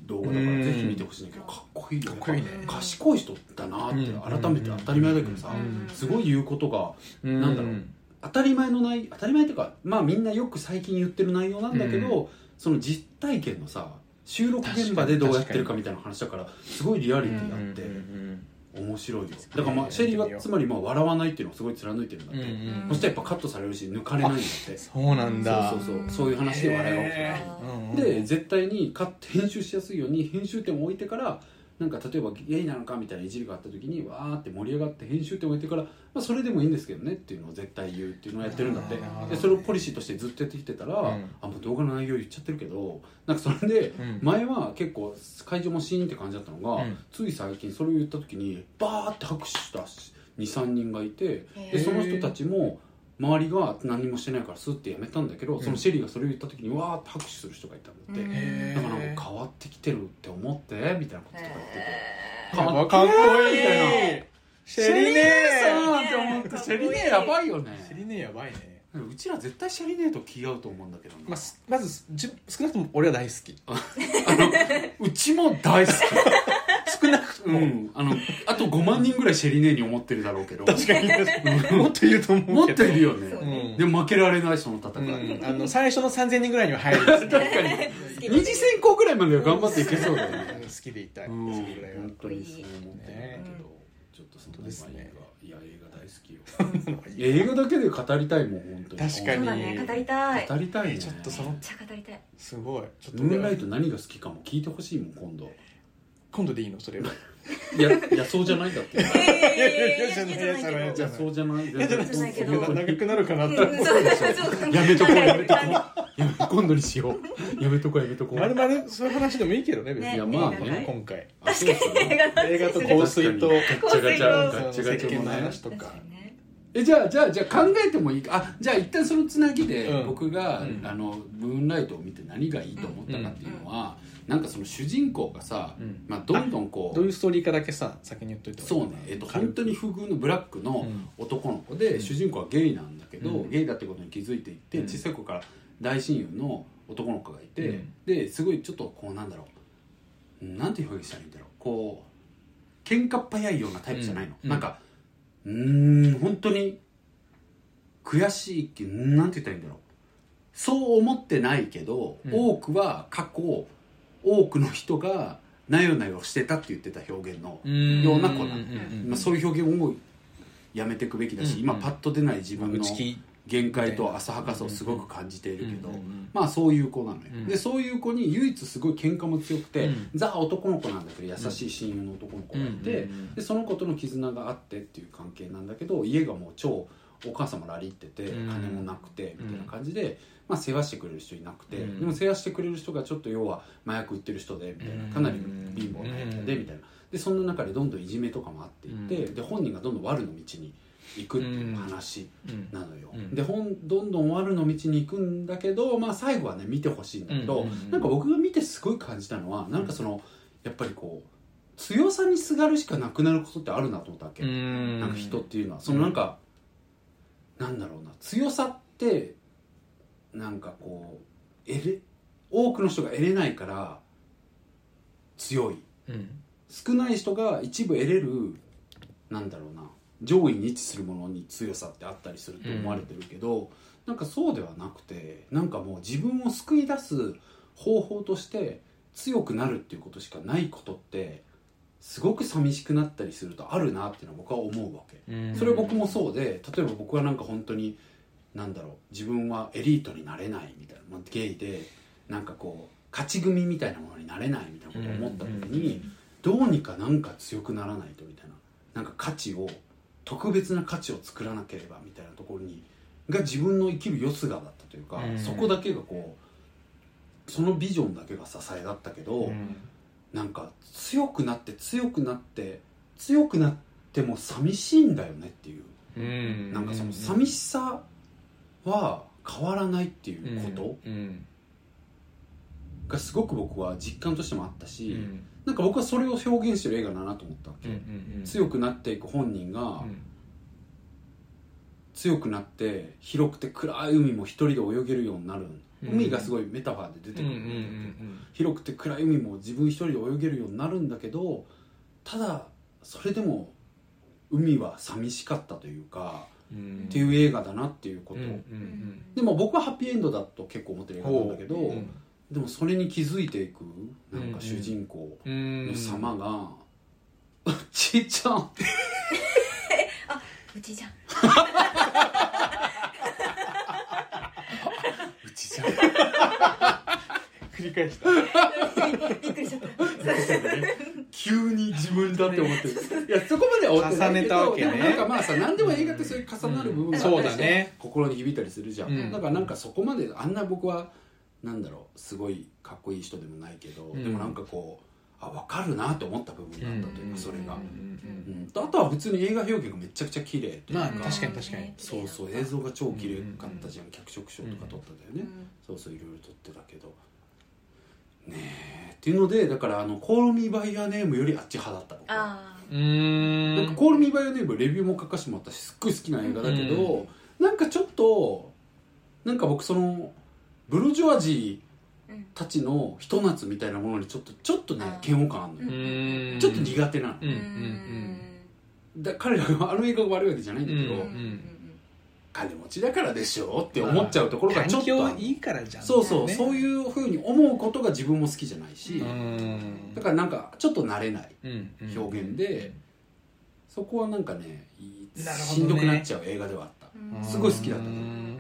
Speaker 1: 動画だか
Speaker 2: う
Speaker 1: ら
Speaker 2: ん
Speaker 1: ぜひ見てほしいんだけどかっこいいよ
Speaker 2: かっこいいね
Speaker 1: やっぱ賢い人だなって
Speaker 2: うん
Speaker 1: 改めて当たり前だけどさ
Speaker 2: うん
Speaker 1: すごい言うことがなんだろう
Speaker 2: う
Speaker 1: 当たり前のない当たり前っていうかまあみんなよく最近言ってる内容なんだけどその実体験のさ収録現場でどうやってるかみたいな話だからすごいリアリティあ
Speaker 2: ん
Speaker 1: って
Speaker 2: うん
Speaker 1: 面白いよだからまあシェリーはつまりまあ笑わないっていうのをすごい貫いてるんだ
Speaker 2: うんう
Speaker 1: って
Speaker 2: ん
Speaker 1: そしてやっぱカットされるし抜かれないんだって
Speaker 2: そうなんだ
Speaker 1: そうそうそうそういう話で笑いが起きない
Speaker 2: うんうん
Speaker 1: で絶対にカット編集しやすいように編集点を置いてからなんか例えばゲイなのかみたいないじりがあった時にわーって盛り上がって編集点を置いてから、まあ、それでもいいんですけどねっていうのを絶対言うっていうのをやってるんだって
Speaker 2: なるほどね
Speaker 1: でそれをポリシーとしてずっとやってきてたら、
Speaker 2: うん
Speaker 1: あもう動画の内容言っちゃってるけどなんかそれで
Speaker 2: うん
Speaker 1: 前は結構会場もシーンって感じだったのが、
Speaker 2: うん
Speaker 1: つい最近それを言った時にバーって拍手した23人がいて
Speaker 3: へ
Speaker 1: で
Speaker 3: ー
Speaker 1: その人たちも周りが何もしてないからスッてやめたんだけど、
Speaker 2: ん
Speaker 1: そのシェリーがそれを言った時にわーって拍手する人がいたんだって、
Speaker 3: うん
Speaker 2: へ
Speaker 1: だからなんか変わってきてるって思ってみたいなこととか言ってて、
Speaker 2: か
Speaker 1: かっ
Speaker 2: っこいい
Speaker 1: みたいな
Speaker 2: シェリネ
Speaker 1: さ
Speaker 3: ん
Speaker 1: ん
Speaker 3: っ
Speaker 1: ってて
Speaker 3: 思
Speaker 1: 思
Speaker 3: っ
Speaker 1: ってて
Speaker 3: シ
Speaker 1: シ
Speaker 3: ェ
Speaker 1: ェ
Speaker 3: リ
Speaker 1: リ
Speaker 3: ネ
Speaker 1: ネ
Speaker 3: や
Speaker 1: や
Speaker 3: ば
Speaker 1: ばいよ
Speaker 2: ーシェ
Speaker 1: ね
Speaker 2: リネやばいね
Speaker 1: うちら絶対シェリネと気合うと思うんだけどな、
Speaker 2: まあ、すまずすじ少なくとも俺は大好き
Speaker 1: あのうちも大好き
Speaker 2: 少なくと
Speaker 1: う
Speaker 2: も、
Speaker 1: んあのあと5万人ぐらいシェリネに思ってるだろうけど
Speaker 2: 確かに確かにもっといると思うけど
Speaker 1: もっといるよね
Speaker 3: そう
Speaker 2: うん
Speaker 1: でも負けられないその戦
Speaker 2: う
Speaker 1: い、
Speaker 2: んあの最初の3000人ぐらいには入 る、ね、
Speaker 1: 確かに二次選考ぐらいまでは頑張っていけそうだよ
Speaker 2: うん
Speaker 1: ね
Speaker 2: 好きでいたい、
Speaker 1: うん
Speaker 2: それぐらいは
Speaker 1: 本当にそう思ってるんだけど、ちょっとその
Speaker 2: 本当ですね
Speaker 1: いや映画大好きよ映画だけで語りたいもん本当に
Speaker 2: 確か
Speaker 3: そう
Speaker 2: に
Speaker 3: だね語りたい
Speaker 1: 語りたいね
Speaker 2: えちょっとそ
Speaker 3: め
Speaker 2: の
Speaker 3: っちゃ語りたい
Speaker 2: すごいちょっと
Speaker 1: ムー
Speaker 2: 俺
Speaker 1: ンラ
Speaker 2: は
Speaker 1: イト何が好きかも聞いてほしいもん今度
Speaker 2: 今度でいいのそれはい
Speaker 1: やいやそうじゃないんだって い
Speaker 3: いやいやい
Speaker 2: いや
Speaker 3: やいやいやいやいやい
Speaker 1: やそうじゃない全
Speaker 3: そうじゃないけど
Speaker 2: 長くなるかなって
Speaker 3: やうんそうそうそう
Speaker 1: やめとこうやめとこ
Speaker 3: 考
Speaker 1: う
Speaker 3: えて
Speaker 1: やめ今度にしようやめとこうやめとこう
Speaker 2: まるまるそういう話でもいいけどね別に
Speaker 3: ね
Speaker 1: いやまあね
Speaker 2: 今回
Speaker 1: あそうですよね
Speaker 3: 映画なん
Speaker 2: 映画と
Speaker 3: て
Speaker 2: 香水と
Speaker 1: ガッチャガチャ
Speaker 3: 香
Speaker 1: ガッチ
Speaker 2: そ
Speaker 1: ャ
Speaker 2: の
Speaker 1: ガチ
Speaker 2: 石鹸
Speaker 1: ャ
Speaker 2: の
Speaker 1: の
Speaker 2: 話
Speaker 1: 話
Speaker 2: と
Speaker 3: 確
Speaker 2: か
Speaker 3: かにね
Speaker 1: えじゃあじゃあじゃあ考えてもいいかあじゃあ一旦そのつなぎで、
Speaker 2: うん
Speaker 1: 僕が、
Speaker 2: うん
Speaker 1: あのムーンライトを見て何がいいと思ったかっていうのは、なんかその主人公がさ、
Speaker 2: うん
Speaker 1: まあ、どんどんこう
Speaker 2: どういうストーリーかだけさ先に言っといた方が
Speaker 1: そ
Speaker 2: いうい
Speaker 1: ね
Speaker 2: かな、
Speaker 1: えっと、
Speaker 2: 軽
Speaker 1: 本
Speaker 2: く
Speaker 1: 当に不遇のブラックの男の子で、
Speaker 2: うん
Speaker 1: 主人公はゲイなんだけど、
Speaker 2: うん
Speaker 1: ゲイだってことに気づいていって、
Speaker 2: うん
Speaker 1: 小さい子から大親友の男の子がいて、
Speaker 2: うん
Speaker 1: ですごいちょっとこうなんだろうなんて表現したらいいんだろうこう喧嘩っ早いようなタイプじゃないの、
Speaker 2: うん
Speaker 1: なんかうーん本当に悔しいってなんて言ったらいいんだろうそう思ってないけど、
Speaker 2: うん
Speaker 1: 多くは過去多くの人がなよなよしてたって言ってた表現の
Speaker 2: うん
Speaker 1: ような子なの
Speaker 2: んん
Speaker 1: まあ、そういう表現をやめていくべきだし、
Speaker 2: うん
Speaker 1: 今パッと出ない自分
Speaker 2: 打
Speaker 1: の
Speaker 2: ち切
Speaker 1: 限界と浅はかさをすごく感じてい
Speaker 2: り
Speaker 1: るけど、
Speaker 2: うんうん
Speaker 1: まあそういう子なのよ、
Speaker 2: うん
Speaker 1: でそういう子に唯一すごい喧嘩も強くて、
Speaker 2: うん
Speaker 1: ザ男の子なんだけど優しい親友の男の子がいて、
Speaker 2: うんうんうん
Speaker 1: でその子との絆があってっていう関係なんだけど家がもう超お母様ラリってて
Speaker 2: うん
Speaker 1: 金もなくてみたいな感じで、まあ、世話してくれる人いなくて、
Speaker 2: うん
Speaker 1: でも世話してくれる人がちょっと要は麻薬売ってる人でみたいなかなり貧乏なやつで
Speaker 2: うん
Speaker 1: みたいなでそんな中でどんどんいじめとかもあっていって、
Speaker 2: うん
Speaker 1: で本人がどんどん悪の道に行くっていう話。
Speaker 2: うん
Speaker 1: なのよ、
Speaker 2: うん
Speaker 1: で本どんどん悪の道に行くんだけど、まあ、最後はね見てほしいんだけど、
Speaker 2: うんうんうん
Speaker 1: なんか僕が見てすごい感じたのはなんかそのやっぱりこう強さにすがるしかなくなることってあるなと思ったわけ、
Speaker 2: うん
Speaker 1: なんか人っていうのはそのなんか、なんだろうな強さってなんかこう得れ多くの人が得れないから強い
Speaker 2: うん
Speaker 1: 少ない人が一部得れるなんだろうな上位に位置するものに強さってあったりすると思われてるけど、なんかそうではなくてなんかもう自分を救い出す方法として強くなるっていうことしかないことってすごく寂しくなったりするとあるなっていうのは僕は思うわけ。
Speaker 2: うん
Speaker 1: それ僕もそうで例えば僕はなんか本当になんだろう自分はエリートになれないみたいな、まあ、ゲイでなんかこう勝ち組みたいなものになれないみたいなことを思った時に、どうにかなんか強くならないとみたいななんか価値を特別な価値を作らなければみたいなところにが自分の生きる良すがだったというか、
Speaker 2: うん
Speaker 1: そこだけがこうそのビジョンだけが支えだったけど、
Speaker 2: うん
Speaker 1: なんか強くなって強くなって強くなっても寂しいんだよねっていう
Speaker 2: うん
Speaker 1: なんかその寂しさは変わらないっていうこと
Speaker 2: うん
Speaker 1: がすごく僕は実感としてもあった
Speaker 2: うん
Speaker 1: し、なんか僕はそれを表現してる映画だなと思ったわ
Speaker 2: う
Speaker 1: け、
Speaker 2: んうんうん
Speaker 1: 強くなっていく本人が
Speaker 2: うん
Speaker 1: 強くなって広くて暗い海も一人で泳げるようになる
Speaker 2: うん
Speaker 1: 海がすごいメタファーで出て
Speaker 2: う
Speaker 1: くる
Speaker 2: ん
Speaker 1: だ
Speaker 2: うん
Speaker 1: けど、
Speaker 2: ん
Speaker 1: 広くて暗い海も自分一人で泳げるようになるんだけどただそれでも海は寂しかったというか、
Speaker 2: うん
Speaker 1: っていう映画だなっていうこと、
Speaker 2: うんうん
Speaker 3: うん
Speaker 1: でも僕はハッピーエンドだと結構思ってる映画なんだけど、
Speaker 2: うん
Speaker 1: でもそれに気づいていくなんか主人公
Speaker 2: うん
Speaker 1: の様が、 ちっちゃん
Speaker 3: うちじゃん
Speaker 1: うちじゃん
Speaker 2: 繰り返した
Speaker 3: びっくりしちゃった
Speaker 1: 急に自分だって思って るいやそこまでは思ってないけど
Speaker 2: 重ねたわけね
Speaker 1: でもなんかまあさ何でも映画ってそういう重なる部分があったりして、
Speaker 2: そうだね
Speaker 1: 心に響いたりするじゃん、
Speaker 2: うん
Speaker 1: だからなんかそこまであんな僕はなんだろうすごいかっこいい人でもないけど、
Speaker 2: うん
Speaker 1: でもなんかこうあ分かるなと思った部分だったというか、
Speaker 2: うん
Speaker 1: それがう
Speaker 3: う、
Speaker 1: んん、あとは普通に映画表現がめちゃくちゃ綺麗という
Speaker 2: まあ確かに確かに
Speaker 1: そうそう映像が超綺麗かったじゃん、脚色賞とか撮ったんだよね、
Speaker 3: うん
Speaker 1: そうそういろいろ撮ってたけどねえっていうのでだからあの「コール・ミー・バイ・ヤー・ネーム」よりあっち派だった僕は
Speaker 3: ああ
Speaker 2: うん
Speaker 1: なんか「コール・ミー・バイ・ヤー・ネーム」レビューも書かせてもらったしすっごい好きな映画だけど、なんかちょっとなんか僕そのブルジョアジー
Speaker 3: うん
Speaker 1: たちのひと夏みたいなものにちょっとちょっとね
Speaker 3: あー
Speaker 1: 嫌悪感あるのよ、
Speaker 2: うん
Speaker 1: ちょっと苦手なの、
Speaker 2: うんうんうん
Speaker 1: だ彼らがあの映画が悪いわけじゃないんだけど、
Speaker 2: うん
Speaker 3: うん
Speaker 1: 金持ちだからでしょって思っちゃうところがちょっとある
Speaker 2: 環境いいからじゃん
Speaker 1: そうそう、
Speaker 2: ね
Speaker 1: そういうふうに思うことが自分も好きじゃないし、
Speaker 2: うん
Speaker 1: だからなんかちょっと慣れない
Speaker 2: うんうん
Speaker 1: 表現でそこはなんかねい
Speaker 2: なるほどね
Speaker 1: しんどくなっちゃう映画ではあったっ
Speaker 3: うん
Speaker 1: すごい好きだった
Speaker 3: うんうん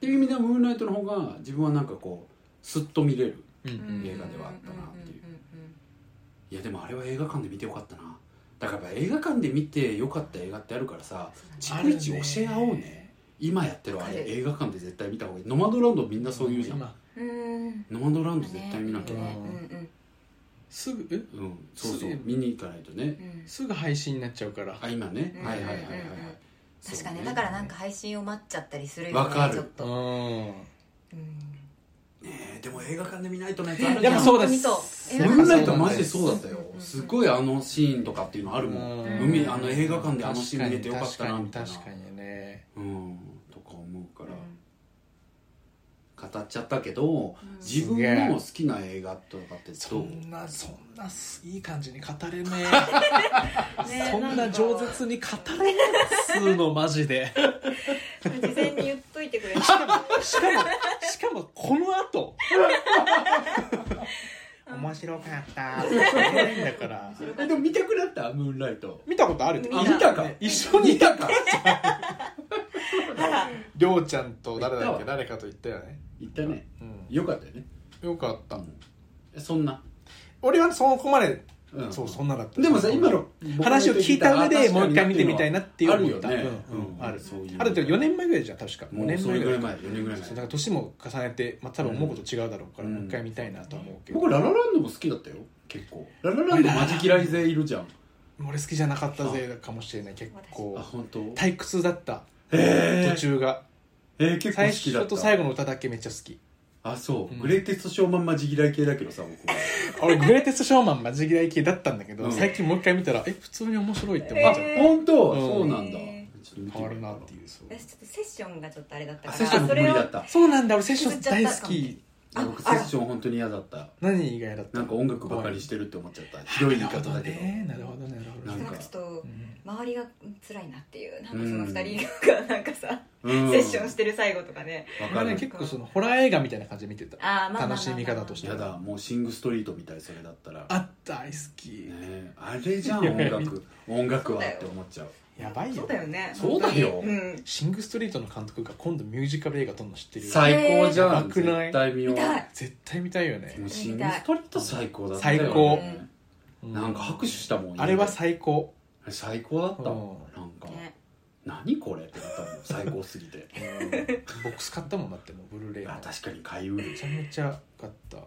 Speaker 1: ていう意味では「ムーンライト」の方が自分はなんかこうスッと見れる
Speaker 2: うんう
Speaker 3: うんうん
Speaker 2: ん
Speaker 1: 映画ではあったなっていうん
Speaker 3: んん
Speaker 1: いやでもあれは映画館で見てよかったなだからやっぱ映画館で見てよかった映画ってあるからさ逐一教え合おうね今やってるあ
Speaker 3: わか
Speaker 1: れ
Speaker 3: る
Speaker 1: 映画館で絶対見た方がいいノマドランドみんなそう言うじゃんノ
Speaker 2: 今
Speaker 3: うんうん
Speaker 1: マドランド絶対見なきゃ
Speaker 3: うん
Speaker 1: ね
Speaker 3: うん
Speaker 2: すぐえ
Speaker 1: うんそうそう
Speaker 2: す
Speaker 1: 見に行かないとね
Speaker 3: うん
Speaker 2: すぐ配信になっちゃうから
Speaker 1: あ今ね
Speaker 3: うん
Speaker 1: はいはいはいはいはい
Speaker 3: うん
Speaker 1: そう
Speaker 3: 確かにだからなんか配信を待っちゃったりするよね
Speaker 1: わかる
Speaker 3: ちょっと
Speaker 2: う
Speaker 3: うん
Speaker 1: ねえでも映画館で見ないとね
Speaker 2: んでもそうで
Speaker 3: 本当
Speaker 2: す
Speaker 1: ムー
Speaker 3: にそう映画
Speaker 1: ンラ
Speaker 3: 館
Speaker 1: イトマジでそうだったよ
Speaker 3: うんうんうん
Speaker 1: すごいあのシーンとかっていうのあるもん
Speaker 2: うん
Speaker 1: 海あの映画館であのシーン見れてよかったなみ
Speaker 2: 確
Speaker 1: た
Speaker 2: か
Speaker 1: い
Speaker 2: に
Speaker 1: な
Speaker 2: 確かにね
Speaker 1: うんとか思うか
Speaker 3: う
Speaker 1: ら
Speaker 3: ん
Speaker 1: 語っちゃったけど
Speaker 3: うん
Speaker 1: 自分の好きな映画とかって
Speaker 2: そ
Speaker 1: どうん
Speaker 2: なそんないい感じに語れねえ
Speaker 3: ね
Speaker 2: そんな饒舌に語れねえっつうのマジで
Speaker 3: 事前に言っといてく れた
Speaker 2: しかも しかもこの後面白かったって言えないんだから
Speaker 1: えでも見たくなったムーンライト
Speaker 2: 見たことあるって
Speaker 3: あ見た
Speaker 1: か
Speaker 2: 一緒に
Speaker 1: 見たか
Speaker 3: あら
Speaker 2: りょうちゃんと誰だっ
Speaker 1: 行
Speaker 2: け
Speaker 1: った
Speaker 2: 誰かと言ったよね、
Speaker 1: 言ったね
Speaker 2: うん、
Speaker 1: よかったよね
Speaker 2: よかった
Speaker 1: えそんな、
Speaker 2: 俺はそこまで、
Speaker 1: うん
Speaker 2: そうそんなだった
Speaker 1: でもさ今の
Speaker 2: 話を聞いた上でもう一回見てみたい
Speaker 1: な
Speaker 2: なっていう
Speaker 1: あるよ
Speaker 2: 思った
Speaker 1: ね
Speaker 2: うんうん
Speaker 1: うん
Speaker 2: ある
Speaker 1: そういう
Speaker 2: あるって4年前ぐらいじゃん確か
Speaker 1: も
Speaker 2: 5
Speaker 1: う
Speaker 2: 年
Speaker 1: それ
Speaker 2: 前
Speaker 1: ぐら
Speaker 2: ぐら
Speaker 1: い
Speaker 2: い
Speaker 1: 前4年ぐらい
Speaker 2: そうだか
Speaker 1: 前
Speaker 2: ら年も重ねて、まあ、多分思うこと違うだろうから、
Speaker 1: うん
Speaker 2: もう一回見たいなとは思うけど、
Speaker 1: 僕ララランドも好きだったよ結構ララランドマジ嫌い勢いるじゃん
Speaker 2: 俺好きじゃなかったぜかもしれない結構
Speaker 1: あ本当
Speaker 2: 退屈だった
Speaker 1: え
Speaker 2: 途
Speaker 1: ー、
Speaker 2: 中が
Speaker 1: えー、結構
Speaker 2: 最
Speaker 1: 好きだ
Speaker 2: 初
Speaker 1: った
Speaker 2: と最後の歌だけめっちゃ好き
Speaker 1: あそう、
Speaker 2: うん
Speaker 1: グレイテストショーマンマジ嫌い系だけどさ僕は
Speaker 2: 俺グレイテストショーマンマジ嫌い系だったんだけど、
Speaker 1: うん
Speaker 2: 最近もう一回見たらえ普通に面白いって思っ
Speaker 1: あ
Speaker 2: ちゃう、
Speaker 3: えー
Speaker 1: 本当、
Speaker 2: うん
Speaker 1: そうなんだ
Speaker 3: え
Speaker 1: ちょっと見てみよ
Speaker 2: 変わる
Speaker 1: うか
Speaker 2: な
Speaker 1: な
Speaker 2: っていうそう
Speaker 3: 私ちょっとセッションがちょっとあれだった
Speaker 1: あ
Speaker 3: か
Speaker 1: セ
Speaker 3: ら
Speaker 1: ッションも無理だっ
Speaker 3: そ
Speaker 1: た
Speaker 2: そうなんだ俺セッション大好
Speaker 3: 削
Speaker 2: き
Speaker 3: あ
Speaker 1: 僕セ
Speaker 3: あら
Speaker 1: ッション本当に嫌だった
Speaker 2: 何以外だった
Speaker 1: なんか音楽ばかりしてるって思っちゃったひどい言い方だけど
Speaker 2: ねなるほどねなる
Speaker 1: な
Speaker 2: ほど
Speaker 3: れをなんん
Speaker 1: か
Speaker 3: かちょっと
Speaker 2: うん
Speaker 3: 周りが辛いなっていうなんかその二人がなんかさ、
Speaker 1: うん
Speaker 3: セッションしてる最後とかね
Speaker 1: わ
Speaker 2: 俺
Speaker 1: か
Speaker 2: はね
Speaker 1: る
Speaker 2: 結構そのホラー映画みたいな感じで見てた
Speaker 3: あーまあまあまあまあ
Speaker 2: 楽しみ方として
Speaker 1: やだもうシングストリートみたいそれだったら
Speaker 2: あ大好き
Speaker 1: ねえあれじゃん音楽音楽はって思っちゃう
Speaker 2: やばい
Speaker 3: そ
Speaker 2: よ
Speaker 3: うだよね
Speaker 1: そうだよ
Speaker 3: 本当にうん
Speaker 2: シング・ストリートの監督が今度ミュージカル映画撮るの知ってる
Speaker 1: 最高じゃ
Speaker 2: や
Speaker 1: ん
Speaker 2: ばくな
Speaker 1: 絶
Speaker 2: い
Speaker 1: 対見よう
Speaker 3: 見たい
Speaker 2: 絶対見たいよね
Speaker 1: でもシングストリート最高だった
Speaker 2: 最
Speaker 3: 高
Speaker 2: う
Speaker 1: なんか拍手したもん
Speaker 2: あれは最高
Speaker 1: 最高だった
Speaker 2: うん
Speaker 1: なんか
Speaker 3: ね
Speaker 1: 何これってなったもん最高すぎて
Speaker 2: ボックス買ったもんだってもうブルーレイの
Speaker 1: あ
Speaker 2: め
Speaker 1: 確かに買いうる
Speaker 2: ちゃめちゃよかった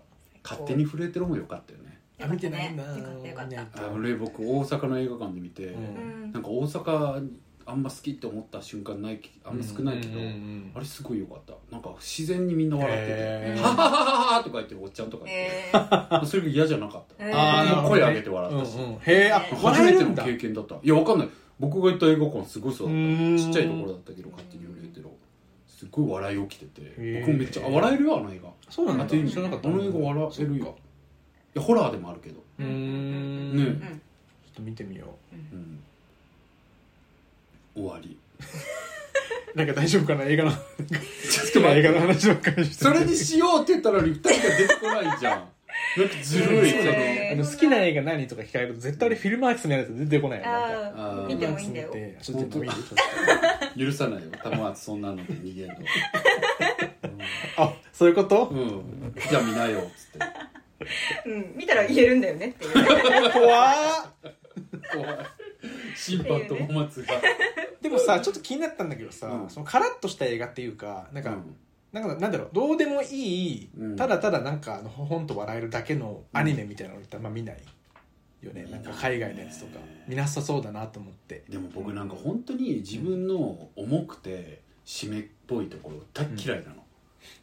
Speaker 1: 勝手に震えてるもんよかったよね
Speaker 2: あ見てないんだ
Speaker 3: よかったよかった
Speaker 1: あ俺僕大阪の映画館で見て、
Speaker 2: うん
Speaker 3: うん
Speaker 1: なんか大阪あんま好きって思った瞬間ないきあんま少ないけど、
Speaker 2: うんうんうん
Speaker 1: あれすごい良かったなんか自然にみんな笑ってて「
Speaker 2: へー
Speaker 1: ははははは」とか言ってるおっちゃんとか言って、
Speaker 3: えー
Speaker 1: それが嫌じゃなかった、
Speaker 3: えー
Speaker 2: あーなるほどね
Speaker 1: 声上げて笑ったし
Speaker 2: うんうんへえあ
Speaker 3: ー
Speaker 1: 初め
Speaker 2: 笑え
Speaker 1: て
Speaker 2: るん
Speaker 1: の
Speaker 2: だ
Speaker 1: 経験だったいやわかんない僕が行った映画館すごいそうだ
Speaker 2: う
Speaker 1: っ
Speaker 2: ん
Speaker 1: たちっちゃいところだったけど勝手に売れてるすっごい笑い起きてて
Speaker 2: ー
Speaker 1: 僕もめっちゃあ笑えるよあの映画
Speaker 2: そうなんだ
Speaker 1: あという意味
Speaker 2: 知らなかった
Speaker 1: あの映画笑えるよいやホラーでもあるけど、
Speaker 2: うーん
Speaker 1: ね
Speaker 2: ちょ
Speaker 3: うん
Speaker 2: っと見てみよ
Speaker 1: うん、終わり
Speaker 2: うなんか大丈夫かな映画の好きな映画の話ばっかりして
Speaker 1: それにしようって言ったのに2人が出てこないじゃん なんかずるいそ
Speaker 2: そう
Speaker 1: の
Speaker 2: だ
Speaker 3: え
Speaker 2: ね
Speaker 3: ー
Speaker 2: あの好きな映画何とか聞かれると絶対俺フィルマークスのやつ出てこないよなんか
Speaker 3: あ
Speaker 1: あー
Speaker 3: あ見てもいいんだよ
Speaker 2: フィルマークス見てちょっと見て
Speaker 1: 許さないよ玉松そんなので逃げる
Speaker 2: あそういうこ
Speaker 1: の
Speaker 2: と
Speaker 1: うんじゃあ見なよっつって
Speaker 3: うん見たら言えるんだよねっていう
Speaker 2: 怖っ
Speaker 1: 怖い審判と小松が
Speaker 2: でもさちょっと気になったんだけどさ、
Speaker 1: うん
Speaker 2: そのカラッとした映画っていうかなんか、
Speaker 1: うん
Speaker 2: なんかなんだろうどうでもいい、
Speaker 1: うん
Speaker 2: ただただなんかあのほほんと笑えるだけのアニメみたいなのってあんま見ないよね、
Speaker 1: 見な
Speaker 2: ないんか海外のやつとか見なさそうだなと思って
Speaker 1: でも僕なんか本当に自分の重くて締めっぽいところ大っ嫌いなの、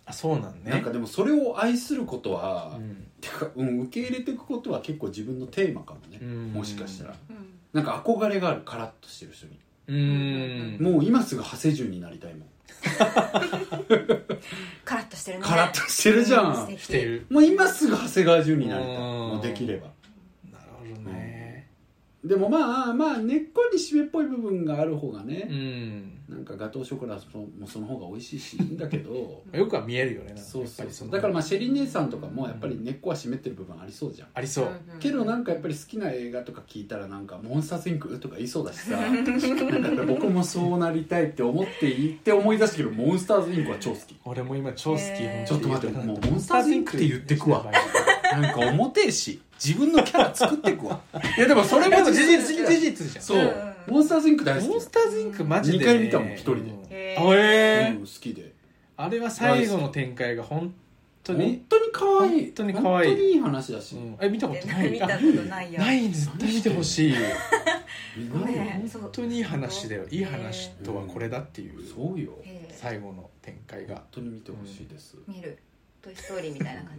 Speaker 2: あそうなんね
Speaker 1: なんかでもそれを愛することは、
Speaker 2: うん
Speaker 1: てか、うん、受け入れていくことは結構自分のテーマかもね、
Speaker 2: うん
Speaker 1: もしかしたら
Speaker 3: うん
Speaker 1: なんか憧れがあるカラッとしてる人に、
Speaker 2: うーん
Speaker 1: もう今すぐ長谷順になりたいもん
Speaker 3: カラッとしてるね
Speaker 1: カラッとしてるじゃ
Speaker 3: うん素
Speaker 1: ん
Speaker 3: 敵
Speaker 2: してる
Speaker 1: もう今すぐ長谷川潤になりたい
Speaker 2: うん
Speaker 1: もうできれば
Speaker 2: なるほどね、
Speaker 1: でもまあまあ根っこに締めっぽい部分がある方が
Speaker 2: う
Speaker 1: ね、
Speaker 2: ん
Speaker 1: なんかガトーショコラもその方が美味しいしいいんだけど
Speaker 2: よくは見えるよねなんか
Speaker 1: そうそ
Speaker 2: やっぱ
Speaker 1: う
Speaker 2: り
Speaker 1: そう
Speaker 2: の
Speaker 1: だからまあシェリー姉さんとかもやっぱり根っこは締めてる部分ありそうじゃん
Speaker 2: ありそう、
Speaker 1: けどなん
Speaker 3: か
Speaker 1: かやっぱり好きな映画とか聞いたらなんか「モンスターズインク」とか言いそうだしさなんか僕もそうなりたいって思って言って思い出したけど「モンスターズインク」は超好き
Speaker 2: 俺も今超好き、
Speaker 3: へー
Speaker 1: ちょっと待ってもうモンスターズインクって言ってくわなんか重てえし自分のキャラ作っていくわ いやでもそれ
Speaker 2: でも
Speaker 1: も
Speaker 2: 事
Speaker 1: 事
Speaker 2: 実
Speaker 1: 実
Speaker 2: 事実じゃん
Speaker 1: そう「モンスターズインク」大好き
Speaker 2: モンスターズインクマジで、ね、
Speaker 1: 二回見たもん一人で
Speaker 2: うん
Speaker 3: へー
Speaker 2: あえ
Speaker 1: うん
Speaker 2: ー
Speaker 1: 好きで
Speaker 2: あれは最後の展開が本当に
Speaker 1: 本当に可愛い
Speaker 2: 本当に可愛い
Speaker 1: 本当にいい話だし、
Speaker 2: うんえ見たことない
Speaker 3: 見たことない
Speaker 2: あ
Speaker 3: や
Speaker 2: ないんです絶対見てほしい
Speaker 1: みん
Speaker 3: ご
Speaker 1: な
Speaker 3: め
Speaker 1: で
Speaker 3: ん
Speaker 2: 本当にいい話だよいい話とはこれだっていう
Speaker 1: そうよ
Speaker 3: へー
Speaker 2: 最後の展開
Speaker 1: 本
Speaker 2: が
Speaker 1: 当に見てほしいです、
Speaker 3: 見る「トイ・ストーリー」みたいな感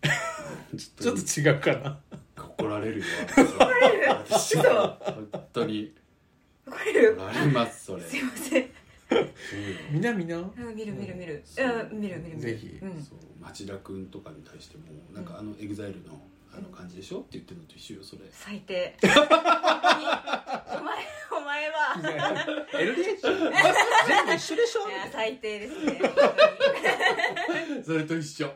Speaker 3: じ
Speaker 2: ちょっと違うかな
Speaker 1: 怒られ るよ怒られる
Speaker 3: 嘘
Speaker 1: 本当に
Speaker 3: これ
Speaker 1: 怒られますそれ
Speaker 3: すいません
Speaker 1: そう
Speaker 2: みなみな
Speaker 3: うん見る見る見る
Speaker 1: うん
Speaker 3: うん見る見る見る
Speaker 2: ぜひ
Speaker 3: うん
Speaker 1: そう町田君とかに対してもなんかあのエグザイルのあの感じでしょって言ってるのと一緒よそれ
Speaker 3: 最 低本当にお前お前は
Speaker 2: LDH 全部一緒でしょ
Speaker 3: いや最低ですね本当に
Speaker 1: それと一緒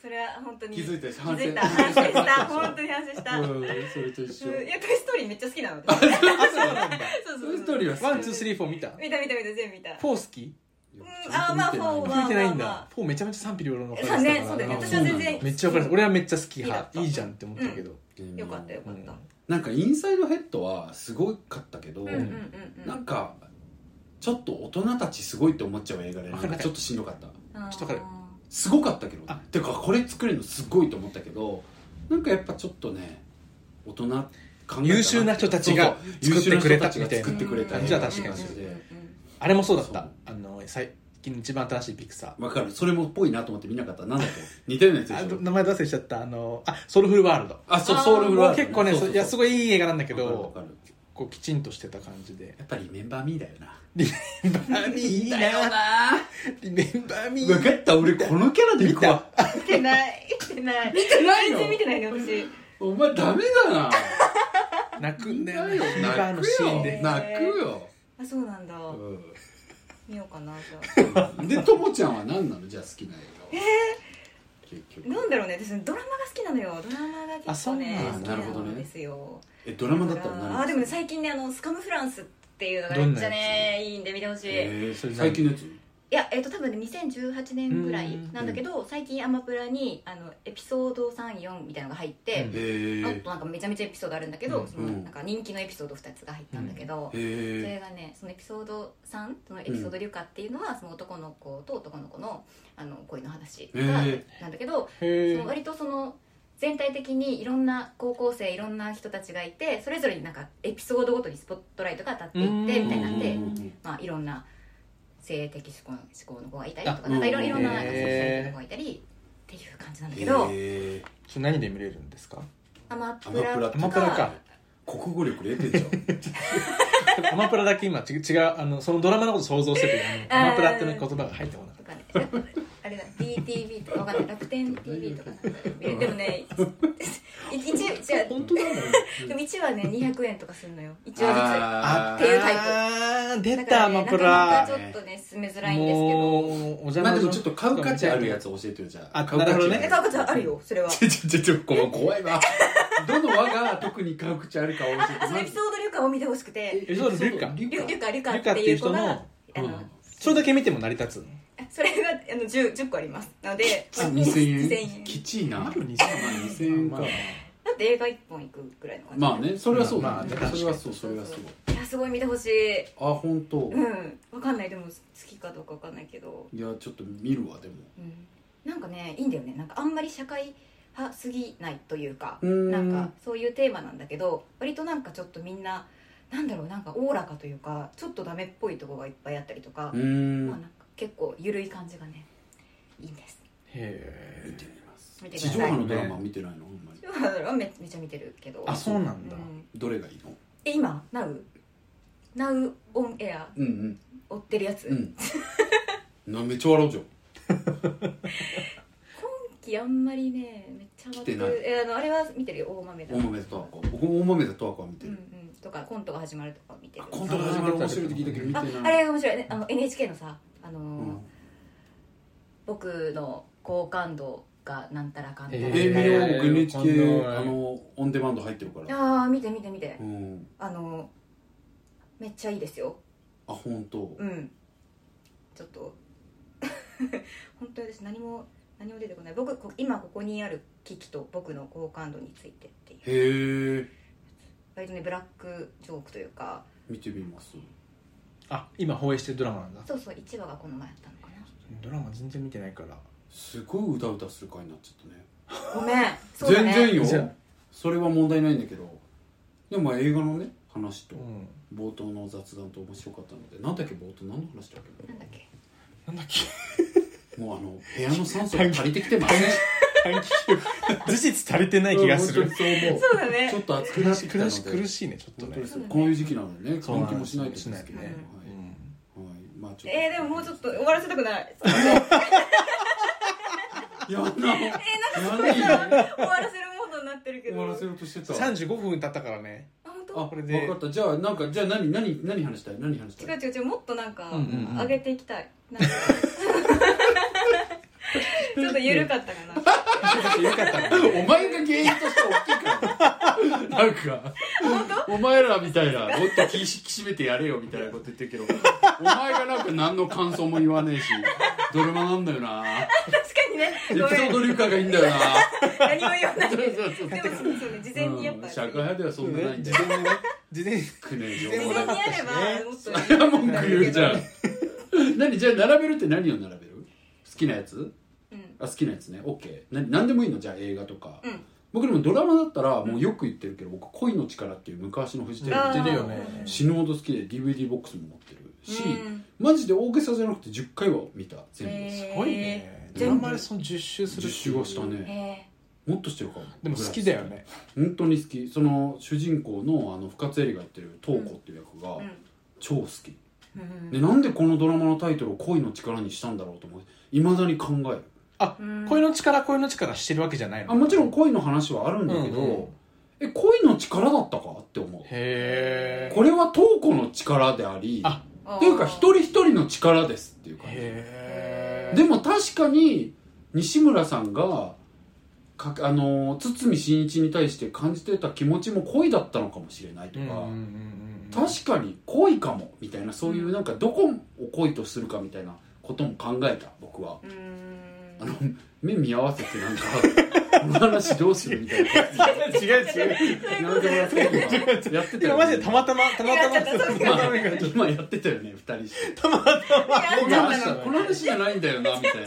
Speaker 3: それは本当に
Speaker 1: 気づいたし反省
Speaker 3: 気づいた 反 省した本当に反省した、
Speaker 1: うんそれと一緒
Speaker 3: うんいや「トイ・ストーリー」めっちゃ好きなの私そう
Speaker 2: あそうなんだ
Speaker 3: そう
Speaker 1: そういうストーリーは
Speaker 2: ワンツースリーフォー見たフォ
Speaker 3: 見た見た見た全部見た
Speaker 2: ー好き
Speaker 3: うんあまあフォーは
Speaker 2: 見てないん
Speaker 3: まあ
Speaker 2: だ
Speaker 3: ま
Speaker 2: フォーめちゃめちゃ賛否両論の分かれて
Speaker 3: ね
Speaker 2: た
Speaker 3: そ
Speaker 2: か
Speaker 3: うだよね
Speaker 2: ら
Speaker 3: 私は全然
Speaker 2: めっちゃ分かれた俺はめっちゃ好き
Speaker 3: 好きだった
Speaker 2: 派いいじゃんって思ったけど
Speaker 3: よかったよか
Speaker 2: う
Speaker 3: っ
Speaker 2: ん
Speaker 3: た
Speaker 1: なんかインサイドヘッドはすごかったけど、
Speaker 3: うんうんうんうん
Speaker 1: なんかちょっと大人たちすごいって思っちゃう映画でなん
Speaker 2: わか
Speaker 1: か
Speaker 2: る
Speaker 1: ちょっとしんどかった
Speaker 3: あー
Speaker 2: ちょっとわか
Speaker 1: すごかったけど
Speaker 2: あ
Speaker 1: てかこれ作れるのすごいと思ったけどなんかやっぱちょっとね大人考え
Speaker 2: 優秀な人たちが
Speaker 1: そうそう
Speaker 2: 作ってくれた
Speaker 1: 優秀な人ちが作ってくれた
Speaker 2: みたいな感じは確かに
Speaker 1: 映画で
Speaker 2: あれもそうだっ
Speaker 1: そ
Speaker 2: た
Speaker 1: う
Speaker 2: あの最近一番新しいピクサー
Speaker 1: わかるそれもっぽいなと思って見なかったなんだっけ似たようなやつで
Speaker 2: あ
Speaker 1: しょ
Speaker 2: 名前出せしちゃったあのあソウルフルワールド
Speaker 1: あそう
Speaker 3: あー
Speaker 1: ソウルフルワールド
Speaker 2: 結構ね
Speaker 1: そうそうそう
Speaker 2: いやすごいいい映画なんだけ
Speaker 1: わ
Speaker 2: ど
Speaker 1: かるわかる
Speaker 2: こうきちんとしてた感じで
Speaker 1: やっぱりメンバーミーだよな
Speaker 2: リメンバーミーいい
Speaker 3: だよ
Speaker 2: な
Speaker 3: なー
Speaker 2: リメンバーミ
Speaker 1: 分
Speaker 2: ー
Speaker 1: かった俺このキャラでいくわ
Speaker 3: 見てない見てない
Speaker 1: 見てないの
Speaker 3: 全然見てないね私
Speaker 1: お前ダメだ な
Speaker 2: 泣くんだよなリメンバー
Speaker 1: 泣
Speaker 2: の
Speaker 1: く
Speaker 2: シーン
Speaker 1: よ
Speaker 2: で
Speaker 1: 泣くよ、
Speaker 3: あそうなんだ
Speaker 1: うん
Speaker 3: 見ようかなじゃ
Speaker 1: でともちゃんは何なのじゃあ好きな映画は結
Speaker 3: あな
Speaker 1: 局
Speaker 3: んだろうね私ドラマが好きなのよドラマが
Speaker 2: あ
Speaker 3: 結
Speaker 2: そう
Speaker 3: 構
Speaker 2: なん
Speaker 3: ね
Speaker 2: だ
Speaker 3: 好き
Speaker 1: なるほど
Speaker 3: な
Speaker 1: ね
Speaker 3: んですよ
Speaker 1: えドラマだったら
Speaker 3: だか
Speaker 1: 何
Speaker 3: らあでもね最近ねあのスカムフランスっていうのがめっちゃねいいんで見てほしいい
Speaker 1: えーそれ最近のやつ
Speaker 3: やえっと多分ね2018年ぐらいなんだけど最近アマプラにあのエピソード34みたいなのが入って、
Speaker 2: うん
Speaker 1: えー
Speaker 3: あとなんかめちゃめちゃエピソードあるんだけど、
Speaker 2: うん
Speaker 3: その
Speaker 1: うん
Speaker 3: なんか人気のエピソード2つが入ったんだけど、そ
Speaker 1: え
Speaker 3: れがねそのエピソード3そのエピソードリュカっていうのは、その男の子と男の子のあの恋の話が
Speaker 1: え
Speaker 3: なんだけど、
Speaker 2: へ
Speaker 3: その割とその全体的にいろんな高校生いろんな人たちがいてそれぞれになんかエピソードごとにスポットライトが当たっていっ
Speaker 2: う
Speaker 3: て
Speaker 2: ん
Speaker 3: みたいになって
Speaker 1: うんうんうん
Speaker 3: まあ、いろんな性的思考思考の子がいたりと
Speaker 2: あ
Speaker 3: かなんかいろ
Speaker 1: うん
Speaker 3: いろんななんかセクシャリティ
Speaker 2: へー
Speaker 3: の子がいたりっていう感じなんだ
Speaker 1: ー
Speaker 3: けど、
Speaker 1: えー
Speaker 2: それ何で見れるんですか
Speaker 3: アマ
Speaker 1: ア
Speaker 3: プ
Speaker 1: マ
Speaker 3: ラ
Speaker 1: プラ
Speaker 2: アマプラ か
Speaker 1: 国語力0点じゃん
Speaker 2: アマプラだけ今ち違うあのそのドラマのこと想像してて あのアマプラっていう言葉が入ってこなかっ
Speaker 3: とかね、あれだ、DTV とか、わかんない、楽天 TV とかなんかで、でもね、一一じゃあ
Speaker 1: 本当なんだよ
Speaker 3: でも一はね、200円とかするのよ、一話
Speaker 2: た
Speaker 1: あ
Speaker 3: っていうタイプ
Speaker 2: あー
Speaker 3: ずつ。
Speaker 2: 出
Speaker 3: だから
Speaker 2: たア
Speaker 3: ね
Speaker 2: マプ
Speaker 3: なかな
Speaker 2: ラ
Speaker 3: かちょっとね、進めづらいんですけ
Speaker 2: もう
Speaker 3: ど。
Speaker 2: お邪魔
Speaker 1: まあでもちょっと買う価値あるや
Speaker 2: つ
Speaker 1: つ教えてよじゃ
Speaker 2: あ
Speaker 1: あ買う価値
Speaker 2: なるほどね
Speaker 3: え、かこちゃんあるよ、それは。
Speaker 1: ち ょちょちょちょこの怖いわどの輪が特に買う口あるかを教えて
Speaker 3: そのエピソードリュカを見てほしくて、
Speaker 2: エピソードリュカ
Speaker 1: リ
Speaker 3: リュリ
Speaker 1: ュ
Speaker 3: ュ
Speaker 1: カ
Speaker 3: カ、リュカ
Speaker 2: リ
Speaker 3: っ
Speaker 2: ュカって
Speaker 3: て
Speaker 2: い
Speaker 3: いうう
Speaker 2: 人
Speaker 3: 子が
Speaker 2: の、
Speaker 3: あ
Speaker 1: うん
Speaker 3: の、
Speaker 2: それだけ見ても成り立つ
Speaker 3: それがあの 10, 10個あります。なので、
Speaker 1: あ
Speaker 3: 2000
Speaker 1: 2000
Speaker 3: 円
Speaker 1: 円きちいな
Speaker 2: ある2000円
Speaker 1: まあ2000円か
Speaker 2: まあ
Speaker 3: だって映画1本行くぐらいの感じ。
Speaker 1: まあねそれはそう
Speaker 2: ま
Speaker 1: だ
Speaker 2: あ
Speaker 1: ね
Speaker 2: まあ
Speaker 1: それはそうそれはそう
Speaker 3: いや、すごい見てほしい。
Speaker 1: あ本当
Speaker 3: うん、わかんない、でも好きかどうかわかんないけど。
Speaker 1: いやちょっと見るわでも
Speaker 3: うんなんかねいいんだよねなんかあんまり社会派すぎないというか
Speaker 1: うーん
Speaker 3: なんかそういうテーマなんだけど割となんかちょっとみんななんだろうなんかおおらかというかちょっとダメっぽいとこがいっぱいあったりとか、
Speaker 1: うー
Speaker 3: まあ、なん
Speaker 1: ん
Speaker 3: か結構ゆるい感じがねいいんです
Speaker 2: へ
Speaker 1: 見
Speaker 2: え
Speaker 1: てみます
Speaker 3: 見てくだ
Speaker 1: 地
Speaker 3: さい
Speaker 1: 上波のドラマ見てないのあんまり
Speaker 3: でもだからめめっちゃ見てるけど
Speaker 2: あそうなんだ
Speaker 3: うん
Speaker 1: どれがいいの
Speaker 3: え今 Now? Now on air
Speaker 1: うん
Speaker 3: 追ってるやつ、
Speaker 1: うんうんなめっちゃ笑うじゃん
Speaker 3: 今期あんまりねめっちゃ上がって
Speaker 1: 来てない
Speaker 3: えあのあれは見てるよ大豆だ
Speaker 1: 大豆田とわ子僕も大豆田とわ子は見て
Speaker 3: うんう
Speaker 1: る
Speaker 3: ん、とかコントが始まるとか見てる
Speaker 1: コントが始まる面白いって聞いたけど見て
Speaker 3: あ
Speaker 1: ない
Speaker 3: あれが面白いねあの NHK のさあのー、
Speaker 1: うん
Speaker 3: 僕の好感度がなんたらかんたら、
Speaker 1: え
Speaker 2: え
Speaker 1: 見よう
Speaker 2: えー
Speaker 1: NHK
Speaker 2: わかんない
Speaker 1: あのオンデマンド入ってるから
Speaker 3: ああ見て見て見て
Speaker 1: うん
Speaker 3: あのーめっちゃいいですよ
Speaker 1: あ本当
Speaker 3: うんちょっと 本当に私何も何も出てこない僕こ今ここにある危機と僕の好感度についてっていう
Speaker 1: へえ
Speaker 3: 割とねブラックジョークというか
Speaker 1: 見てみます
Speaker 2: あ今放映してるドラマなんだ
Speaker 3: そうそう1話がこの前あったのかな
Speaker 2: ドラマ全然見てないから
Speaker 1: すごいうだうだする回になっちゃったね
Speaker 3: ごめんそうだ
Speaker 1: 全
Speaker 3: ね
Speaker 1: 然
Speaker 2: じゃあ
Speaker 1: よそれは問題ないんだけどでもまあ映画のね話と
Speaker 2: うん
Speaker 1: 冒頭の雑談と面白かったのでなんだっけ冒頭何の話だっけ
Speaker 3: なんだっけ
Speaker 2: なんだっ け
Speaker 1: もうあの部屋の酸素 が足りてきてますね
Speaker 2: 短期記憶事実足りてない気が
Speaker 1: う
Speaker 2: す
Speaker 1: ん
Speaker 2: る
Speaker 1: 本当にそう思う
Speaker 3: そうだね
Speaker 1: ちょっと暑くなっ
Speaker 2: 苦
Speaker 1: て
Speaker 2: し
Speaker 1: きたの
Speaker 2: 苦
Speaker 1: で
Speaker 2: し苦しいねちょっと
Speaker 1: 本
Speaker 2: ね
Speaker 1: 当ですよこういう時期なのでね
Speaker 2: そうな
Speaker 1: 換気
Speaker 2: んで
Speaker 1: も
Speaker 2: す
Speaker 1: しないとです
Speaker 2: し
Speaker 1: け
Speaker 2: ないと
Speaker 1: ど
Speaker 2: ね
Speaker 1: ね
Speaker 2: う
Speaker 1: はい
Speaker 2: ん
Speaker 1: はいまあちょっと
Speaker 3: えー、でももうちょっと終わらせた くない
Speaker 1: やんなえなん
Speaker 3: 終わらせるモードになってるけ
Speaker 1: 終
Speaker 3: ど
Speaker 1: わらせようとしてた
Speaker 2: 35分経ったか らね
Speaker 3: あ本
Speaker 1: あ
Speaker 3: 当
Speaker 1: こ
Speaker 2: こ
Speaker 1: れ
Speaker 2: れ
Speaker 1: で
Speaker 2: で
Speaker 1: 分かったじゃあなんかじゃあ何何何話したい何話し
Speaker 3: 違
Speaker 1: たいう
Speaker 3: 違う違うもっとなんか
Speaker 2: うんうんうん
Speaker 3: 上げていきたい、 なんかちょっと緩かっ たかな
Speaker 2: よかったね
Speaker 1: お前が原因として大きいからなんかお前らみたいなもっと気しきしめてやれよみたいなこと言ってるけどお前がなんか何の感想も言わねえしドラマなんだよな
Speaker 3: 確かにね
Speaker 1: エ
Speaker 3: ご
Speaker 1: ピソ
Speaker 3: め
Speaker 1: ー
Speaker 3: ん
Speaker 1: ド流化がいいんだよな
Speaker 3: 何も言わない
Speaker 1: そ
Speaker 3: で
Speaker 1: う
Speaker 3: も
Speaker 1: そうそう
Speaker 3: そうね事前にやっ
Speaker 1: う
Speaker 3: ぱ
Speaker 1: ん、社会派ではそんなないんだ
Speaker 2: 事
Speaker 1: よ
Speaker 2: 前にね事前に
Speaker 1: くねえ
Speaker 2: 事
Speaker 1: 情
Speaker 2: 前
Speaker 3: 事
Speaker 2: に
Speaker 3: 前
Speaker 1: 報
Speaker 3: にやればもっといい
Speaker 1: いや文句言うじゃん何じゃあ並べるって何を並べる好きなやつ
Speaker 3: うん
Speaker 1: あ好きなやつね OK 何何でもいいのじゃあ映画とか、
Speaker 3: うん
Speaker 1: 僕でもドラマだったらもうよく言ってるけど、僕「恋の力」っていう昔のフジテレビ
Speaker 3: あー
Speaker 1: 出てるよ
Speaker 3: ねうん
Speaker 1: 死ぬほど好きで DVD ボックスも持ってるし、
Speaker 3: うん
Speaker 1: マジで大げさじゃなくて10回は見た全部、
Speaker 3: へ
Speaker 2: すごいね
Speaker 3: えー
Speaker 2: ドラマでその10周する
Speaker 1: 10周はしたね、
Speaker 3: え
Speaker 1: もっとしてるかも
Speaker 2: でも好きだよね
Speaker 1: 本当に好きその主人公のあの深津絵里がやってる瞳子っていう役が
Speaker 3: ー
Speaker 1: 超好き、
Speaker 3: うんうん
Speaker 1: でなんでこのドラマのタイトルを「恋の力」にしたんだろうと思いまだに考える
Speaker 3: うん
Speaker 2: 恋の力恋の力してるわけじゃないの
Speaker 1: あもちろん恋の話はあるんだけど、
Speaker 2: うんうん
Speaker 1: え恋の力だったかって思う
Speaker 2: へえ
Speaker 1: これは瞳子の力であり
Speaker 2: あ
Speaker 1: っていうか一人一人の力ですっていう感じ
Speaker 2: へえ
Speaker 1: でも確かに西村さんがかあの堤真一に対して感じてた気持ちも恋だったのかもしれないと
Speaker 2: うんう
Speaker 1: か、
Speaker 2: んうんうん
Speaker 1: 確かに恋かもみたいなそういうなんかどこを恋とするかみたいなことも考えた僕は
Speaker 3: うーん
Speaker 1: あの目見合わせてなんか この話どうするみ たいな
Speaker 2: 違う違う
Speaker 1: 何でもやってたよなやってた
Speaker 2: 今
Speaker 1: よ
Speaker 2: マジでたまたまたまたま
Speaker 3: いやちょっと
Speaker 2: たまたまなんかちょっ
Speaker 1: 今やってたよね二人して
Speaker 3: いやなんか
Speaker 1: この話じゃないんだよなみたいな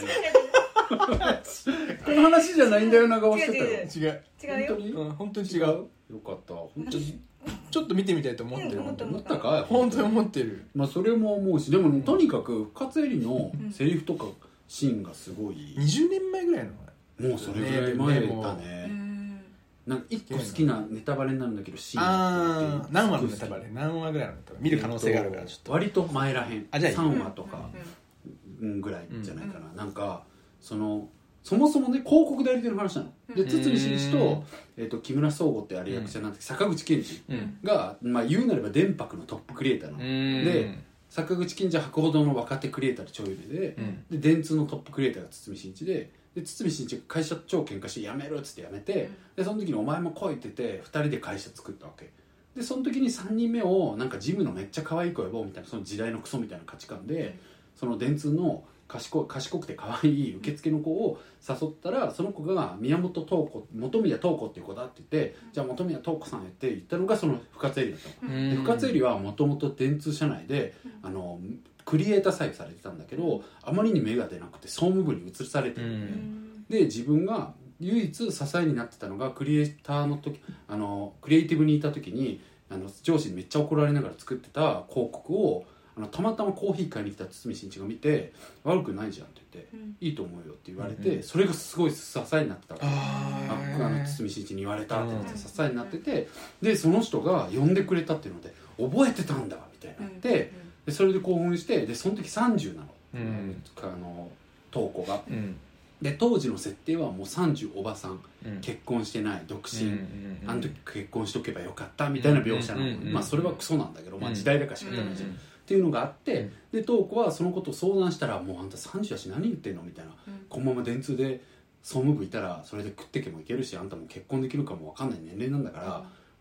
Speaker 1: この話じゃないんだよな顔してたよ
Speaker 3: 違う違う
Speaker 2: と違う
Speaker 3: 違うよ
Speaker 1: 本
Speaker 2: うん本当に
Speaker 1: 当に
Speaker 2: 違う
Speaker 1: よかった本当に
Speaker 2: ちょっと見てみたいと思ってる
Speaker 3: うん
Speaker 1: 思ったかい
Speaker 2: 本当に思ってる
Speaker 1: まあそれも思うしでもとにかく深津絵里のセリフとかシーンがすごい
Speaker 2: 20年前ぐらいの
Speaker 1: もうそれぐらい前だ
Speaker 3: う
Speaker 1: ね
Speaker 3: ん
Speaker 1: なんか一個好きなネタバレになるんだけどシーン
Speaker 2: ああ何話のネタバ
Speaker 1: すごい好
Speaker 2: レ
Speaker 1: き
Speaker 2: 何話ぐらいのネタバレ見る可能性があるからちょっと
Speaker 1: 割と前らへん
Speaker 2: あじゃあいい
Speaker 1: 3話とか、
Speaker 3: う
Speaker 1: うんぐらいじゃないかな、なんかそのそもそもね広告代理店の話なの、
Speaker 3: うん
Speaker 1: で堤真一
Speaker 2: うん
Speaker 1: と,、えー、と木村総合ってあれ役者なんて、坂口健二
Speaker 2: うん
Speaker 1: が、まあ、言うなれば電白のトップクリエイターなの、で坂口健二は博報堂の若手クリエイターで超有名で,、
Speaker 2: うん
Speaker 1: で電通のトップクリエイターが堤真一でで堤真一が会社超喧嘩して辞めるっつって辞めて、
Speaker 3: うん
Speaker 1: でその時にお前も来いって言って2人で会社作ったわけでその時に3人目をなんかジムのめっちゃ可愛い子呼ぼうみたいなその時代のクソみたいな価値観で、
Speaker 3: うん
Speaker 1: その電通の賢い賢くて可愛い受付の子を誘ったらその子が宮本東子本宮東子っていう子だって言って、じゃあ本宮東子さんやって言ったのがその深津絵里だったの。
Speaker 3: うん
Speaker 1: で深津絵里はもともと電通社内で、
Speaker 3: うん
Speaker 1: あのクリエイター採用されてたんだけどあまりに目が出なくて総務部に移されてる、
Speaker 2: うん
Speaker 3: ん
Speaker 1: で自分が唯一支えになってたのがクリエイターの時あのクリエイティブにいた時にあの上司にめっちゃ怒られながら作ってた広告をあのたまたまコーヒー買いに来た堤真一が見て「悪くないじゃん」って言って
Speaker 3: うん
Speaker 1: 「いいと思うよ」って言われて、
Speaker 2: うんうん
Speaker 1: それがすごい支えになってたわけ
Speaker 2: あ
Speaker 1: あ
Speaker 2: ー
Speaker 1: あの堤真一に言われたってなっ
Speaker 3: う
Speaker 1: て
Speaker 3: ん
Speaker 1: 支えになっててでその人が呼んでくれたっていうので覚えてたんだみたいになって、でそれで興奮してでその時30なの、
Speaker 2: うん
Speaker 1: あの瞳子が
Speaker 2: うん
Speaker 1: で当時の設定はもう30おばさん
Speaker 2: うん
Speaker 1: 結婚してない独身、
Speaker 2: うんうん
Speaker 1: あの時結婚しとけばよかったみたいな描写なの、
Speaker 2: うんうん
Speaker 1: まあ、それはクソなんだけど、まあ、
Speaker 2: うん
Speaker 1: 時代だから仕方ないじゃん、
Speaker 3: うん
Speaker 1: っていうのがあって、でトー子はそのことを相談したら「もうあんた30だし何言ってんの?」みたいな「このまま電通で総務部いたらそれで食ってけもいけるしあんたも結婚できるかもわかんない年齢なんだか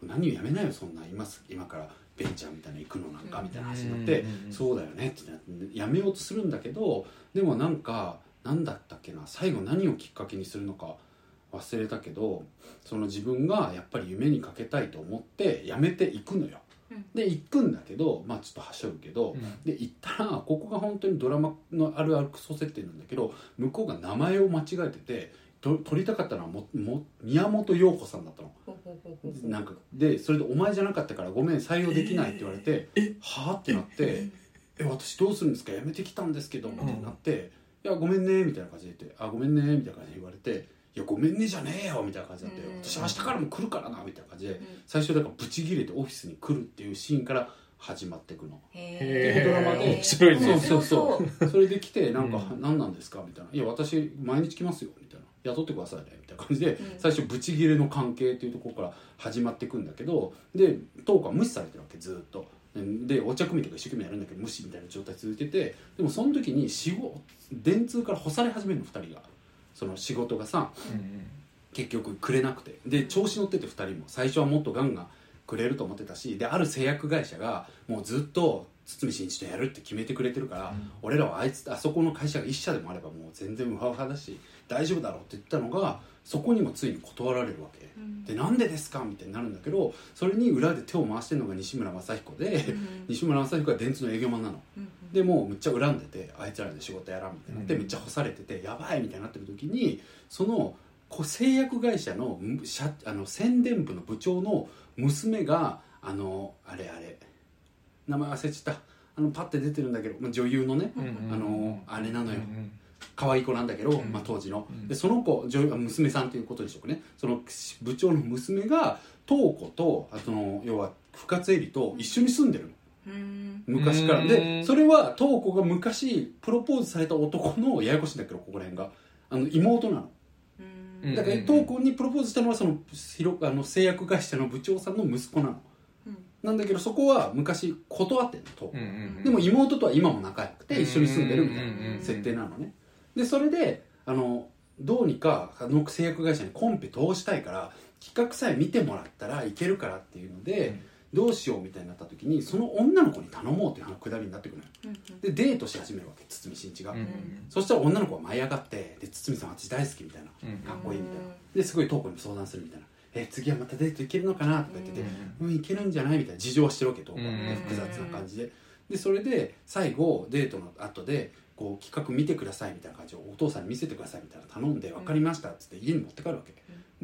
Speaker 1: ら、何をやめないよそんな今す今からベンチャーみたいなの行くのなんか」みたいな話になって「そうだよね」ってなってやめようとするんだけどでもなんか何だったっけな最後何をきっかけにするのか忘れたけどその自分がやっぱり夢にかけたいと思ってやめていくのよ。
Speaker 3: うん
Speaker 1: で行くんだけどまあちょっとはしょるけど、で行ったらここが本当にドラマのあるあるクソ設定なんだけど向こうが名前を間違えててと撮りたかったのはもも宮本陽子さんだったの。なんかでそれで「お前じゃなかったからごめん採用できない」って言われて「はあ?」ってなって「え私どうするんですかやめてきたんですけど」みたいになって「いやごめんね」みたいな感じで言って「あごめんね」みたいな感じで言われて「いやごめんね」じゃねえよみたいな感じになって
Speaker 3: う
Speaker 1: 「
Speaker 3: ん
Speaker 1: 私明日からも来るからな」みたいな感じで最初だからブチギレてオフィスに来るっていうシーンから始まっていくの
Speaker 3: へ
Speaker 1: ドラマで
Speaker 2: 面白いね
Speaker 1: そうそうそれで来てなんか「
Speaker 2: う
Speaker 1: 何なんですか?」みたいな「いや私毎日来ますよ」みたいな「雇ってくださいね」みたいな感じで
Speaker 3: ん
Speaker 1: 最初ブチギレの関係というところから始まっていくんだけどでトークは無視されてるわけずーっと。でお茶組とか一生懸命やるんだけど無視みたいな状態続いててでもその時に仕事電通から干され始めるの2人がその仕事がさ結局くれなくてで調子乗ってて2人も最初はもっとガンガンくれると思ってたしである製薬会社がもうずっと堤真一とやるって決めてくれてるから、
Speaker 2: うん
Speaker 1: 俺らはあいつあそこの会社が一社でもあればもう全然ウハウハだし大丈夫だろうって言ったのがそこにもついに断られるわけ、でなんでですかみたいになるんだけどそれに裏で手を回してるのが西村雅彦で、西村雅彦は電通の営業マンなのでもうむっちゃ恨んでてあいつらで仕事やらんみたいになって、
Speaker 2: うん
Speaker 1: めっちゃ干されててやばいみたいになってる時にそのこ製薬会社の社あの宣伝部の部長の娘があのあれあれ名前忘れちゃったあのパッて出てるんだけど、まあ、女優のねあのあれなのよ可愛い子なんだけど、
Speaker 2: うん
Speaker 1: まあ、当時の、
Speaker 2: うん
Speaker 1: でその子女優あ娘さんということでしょうかねその部長の娘が東子とあとの要は深津絵里と一緒に住んでるの。昔から
Speaker 2: うん
Speaker 1: でそれは瞳子が昔プロポーズされた男のややこしいんだけどここら辺があの妹なの
Speaker 2: うん
Speaker 1: だから瞳子にプロポーズしたのはその広あの製薬会社の部長さんの息子なのなんだけどそこは昔断ってんの瞳子、でも妹とは今も仲良くて一緒に住んでるみたいな設定なのねでそれであのどうにかあの製薬会社にコンペ通したいから企画さえ見てもらったらいけるからっていうので、どうしようみたいになった時にその女の子に頼もうという話くだりになってくるのよでデートし始めるわけ堤真一が、そしたら女の子が舞い上がってで堤さん私大好きみたいなかっこいいみたいなですごい瞳子にも相談するみたいな「え次はまたデート行けるのかな?」とか言ってて「うん、いけるんじゃない?」みたいな事情はしてるわけ瞳子はね
Speaker 2: う
Speaker 1: 複
Speaker 2: ん
Speaker 1: 雑な感じででそれで最後デートの後でこう企画見てくださいみたいな感じをお父さんに見せてくださいみたいな頼んで「分かりました」っつって家に持って帰るわけ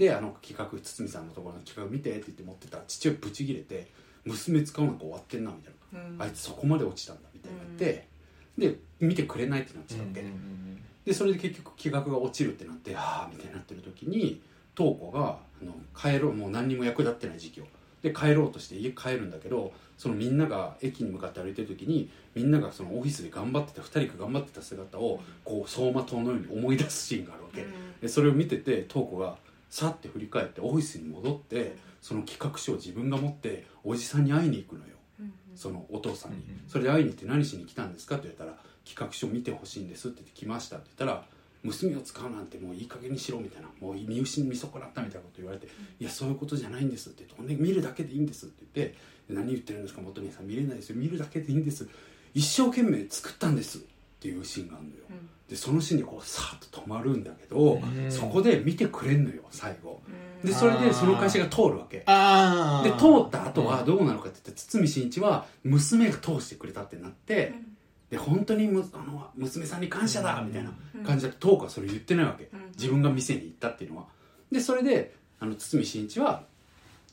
Speaker 1: であの企画堤さんのところの企画見てって言って持ってたら父親ブチギレて娘使うなんか終わってんなみたいなあいつそこまで落ちたんだみたいになって、で見てくれないってなっちゃったわけ、でそれで結局気学が落ちるってなってああみたいになってる時に瞳子があの帰ろうもう何にも役立ってない時期をで帰ろうとして家帰るんだけどそのみんなが駅に向かって歩いてる時にみんながそのオフィスで頑張ってた2人が頑張ってた姿をこう走馬灯のように思い出すシーンがあるわけ、でそれを見てて瞳子がさって振り返ってオフィスに戻ってその企画書を自分が持っておじさんに会いに行くのよそのお父さんに、
Speaker 2: うんうん
Speaker 1: それで会いに行って何しに来たんですかって言ったら企画書見てほしいんですって言って来ましたって言ったら娘を使うなんてもういい加減にしろみたいなもう見失見損なったみたいなこと言われて、いやそういうことじゃないんですって言ってほんで見るだけでいいんですって言って何言ってるんですか元宮さん見れないですよ見るだけでいいんです一生懸命作ったんですっていうシーンがあるのよでそのシーンでこうさーっと止まるんだけど、そこで見てくれんのよ最後でそれでその会社が通るわけ
Speaker 2: ああ
Speaker 1: で通った後はどうなのかって言って堤真一は娘が通してくれたってなって、で本当にむあの娘さんに感謝だみたいな感じだと東子はそれ言ってないわけ、
Speaker 3: うん
Speaker 1: 自分が店に行ったっていうのはでそれであの堤真一は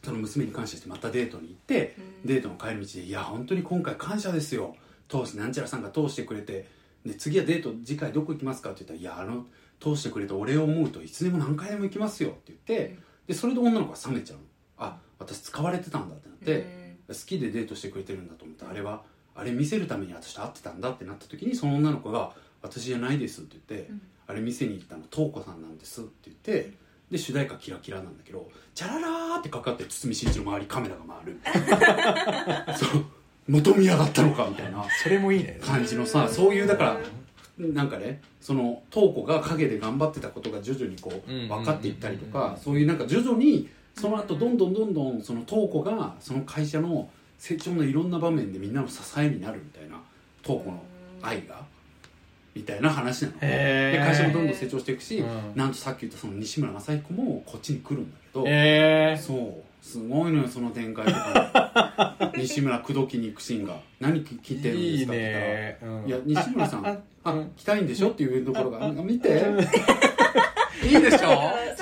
Speaker 1: その娘に感謝してまたデートに行って、
Speaker 3: うん
Speaker 1: デートの帰り道で「いや本当に今回感謝ですよ通してなんちゃらさんが通してくれてで次はデート次回どこ行きますか?」って言ったら「いやあの通してくれたお礼を思うといつでも何回でも行きますよ」って言って、
Speaker 3: うん
Speaker 1: でそれで女の子が冷めちゃうのあ私使われてたんだってなって、好きでデートしてくれてるんだと思ってあれはあれ見せるために私と会ってたんだってなった時にその女の子が「私じゃないです」って言って「あれ見せに行ったの瞳子さんなんです」って言ってで主題歌「キラキラ」なんだけど「チャララー」ってかかって堤真一の周りカメラが回る そう元宮だったのかみたいな
Speaker 2: それもいいね
Speaker 1: 感じのさそういうだからなんかねその瞳子が陰で頑張ってたことが徐々にこう
Speaker 2: うんうんうんうん
Speaker 1: 分かっていったりとかそういうなんか徐々にその後どんどんどんどんその瞳子がその会社の成長のいろんな場面でみんなの支えになるみたいな瞳子の愛がみたいな話なの。
Speaker 2: へ
Speaker 1: で
Speaker 2: ー
Speaker 1: 会社もどんどん成長していくし、
Speaker 2: うん
Speaker 1: なんとさっき言ったその西村雅彦もこっちに来るんだけど、
Speaker 2: えー
Speaker 1: そうすごいのよその展開とかも 西村口説きに行くシーンが「何聞いてるんで
Speaker 2: い
Speaker 1: す
Speaker 2: い
Speaker 1: か?」って言ったら
Speaker 2: ねうん
Speaker 1: いや西村さん
Speaker 2: あ
Speaker 1: あ
Speaker 2: あうん
Speaker 1: 来たいんでしょっていうところがなんか見て いいでしょ
Speaker 2: ちょ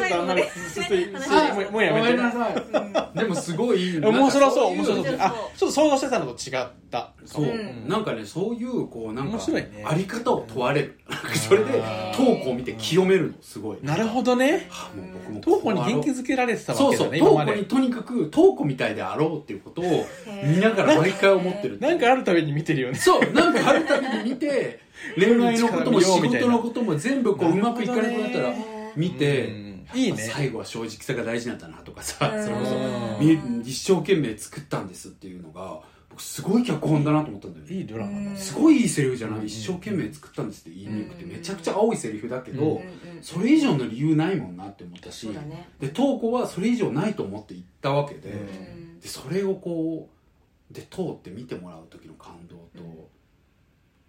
Speaker 2: っとあんまりちょっと
Speaker 1: あ
Speaker 2: もうもうや
Speaker 1: ごめ
Speaker 2: め
Speaker 1: ん
Speaker 2: て
Speaker 1: なさいでもすごいいい
Speaker 2: 面白そう
Speaker 1: なん
Speaker 2: 面
Speaker 1: か
Speaker 2: 白
Speaker 1: い
Speaker 2: そう
Speaker 3: そういう
Speaker 2: あちょっと想像してたのと違った
Speaker 1: そう、
Speaker 3: うん
Speaker 1: なんかねそういうこうなんか
Speaker 2: 面白いね
Speaker 1: あり方を問われる、それで
Speaker 2: あー
Speaker 1: トークを見て清めるのすごい
Speaker 2: なるほどね
Speaker 1: はあもう僕も
Speaker 2: 東郷に元気づけられてたわ
Speaker 1: そう
Speaker 2: け
Speaker 1: そ
Speaker 2: だ
Speaker 1: う
Speaker 2: ね
Speaker 1: 東
Speaker 2: 今ま
Speaker 1: 子に
Speaker 2: で
Speaker 1: とにかく東子みたいであろうっていうことを 見ながら毎回思ってるっていう
Speaker 2: なんかあるたびに見てるよね
Speaker 1: そうなんかあるたびに見て 恋愛のことも仕事のことも全部こううまくいかなくなったら見て、
Speaker 2: うんいいね
Speaker 1: 最後は正直さが大事なんだなとかさ、
Speaker 3: うん
Speaker 1: それこ
Speaker 2: うん
Speaker 1: そみ一生懸命作ったんですっていうのが僕すごい脚本だなと思ったんだよね
Speaker 2: いいドラマだ
Speaker 1: すごいいいセリフじゃない、
Speaker 2: うん
Speaker 1: 一生懸命作ったんですって言いにくくて
Speaker 3: うん
Speaker 1: めちゃくちゃ青いセリフだけど、
Speaker 2: うん
Speaker 1: それ以上の理由ないもんなって思ったし、
Speaker 3: そうだね
Speaker 1: で東子はそれ以上ないと思って行ったわけで,、
Speaker 2: うん
Speaker 1: でそれをこうで通って見てもらう時の感動と、
Speaker 3: うん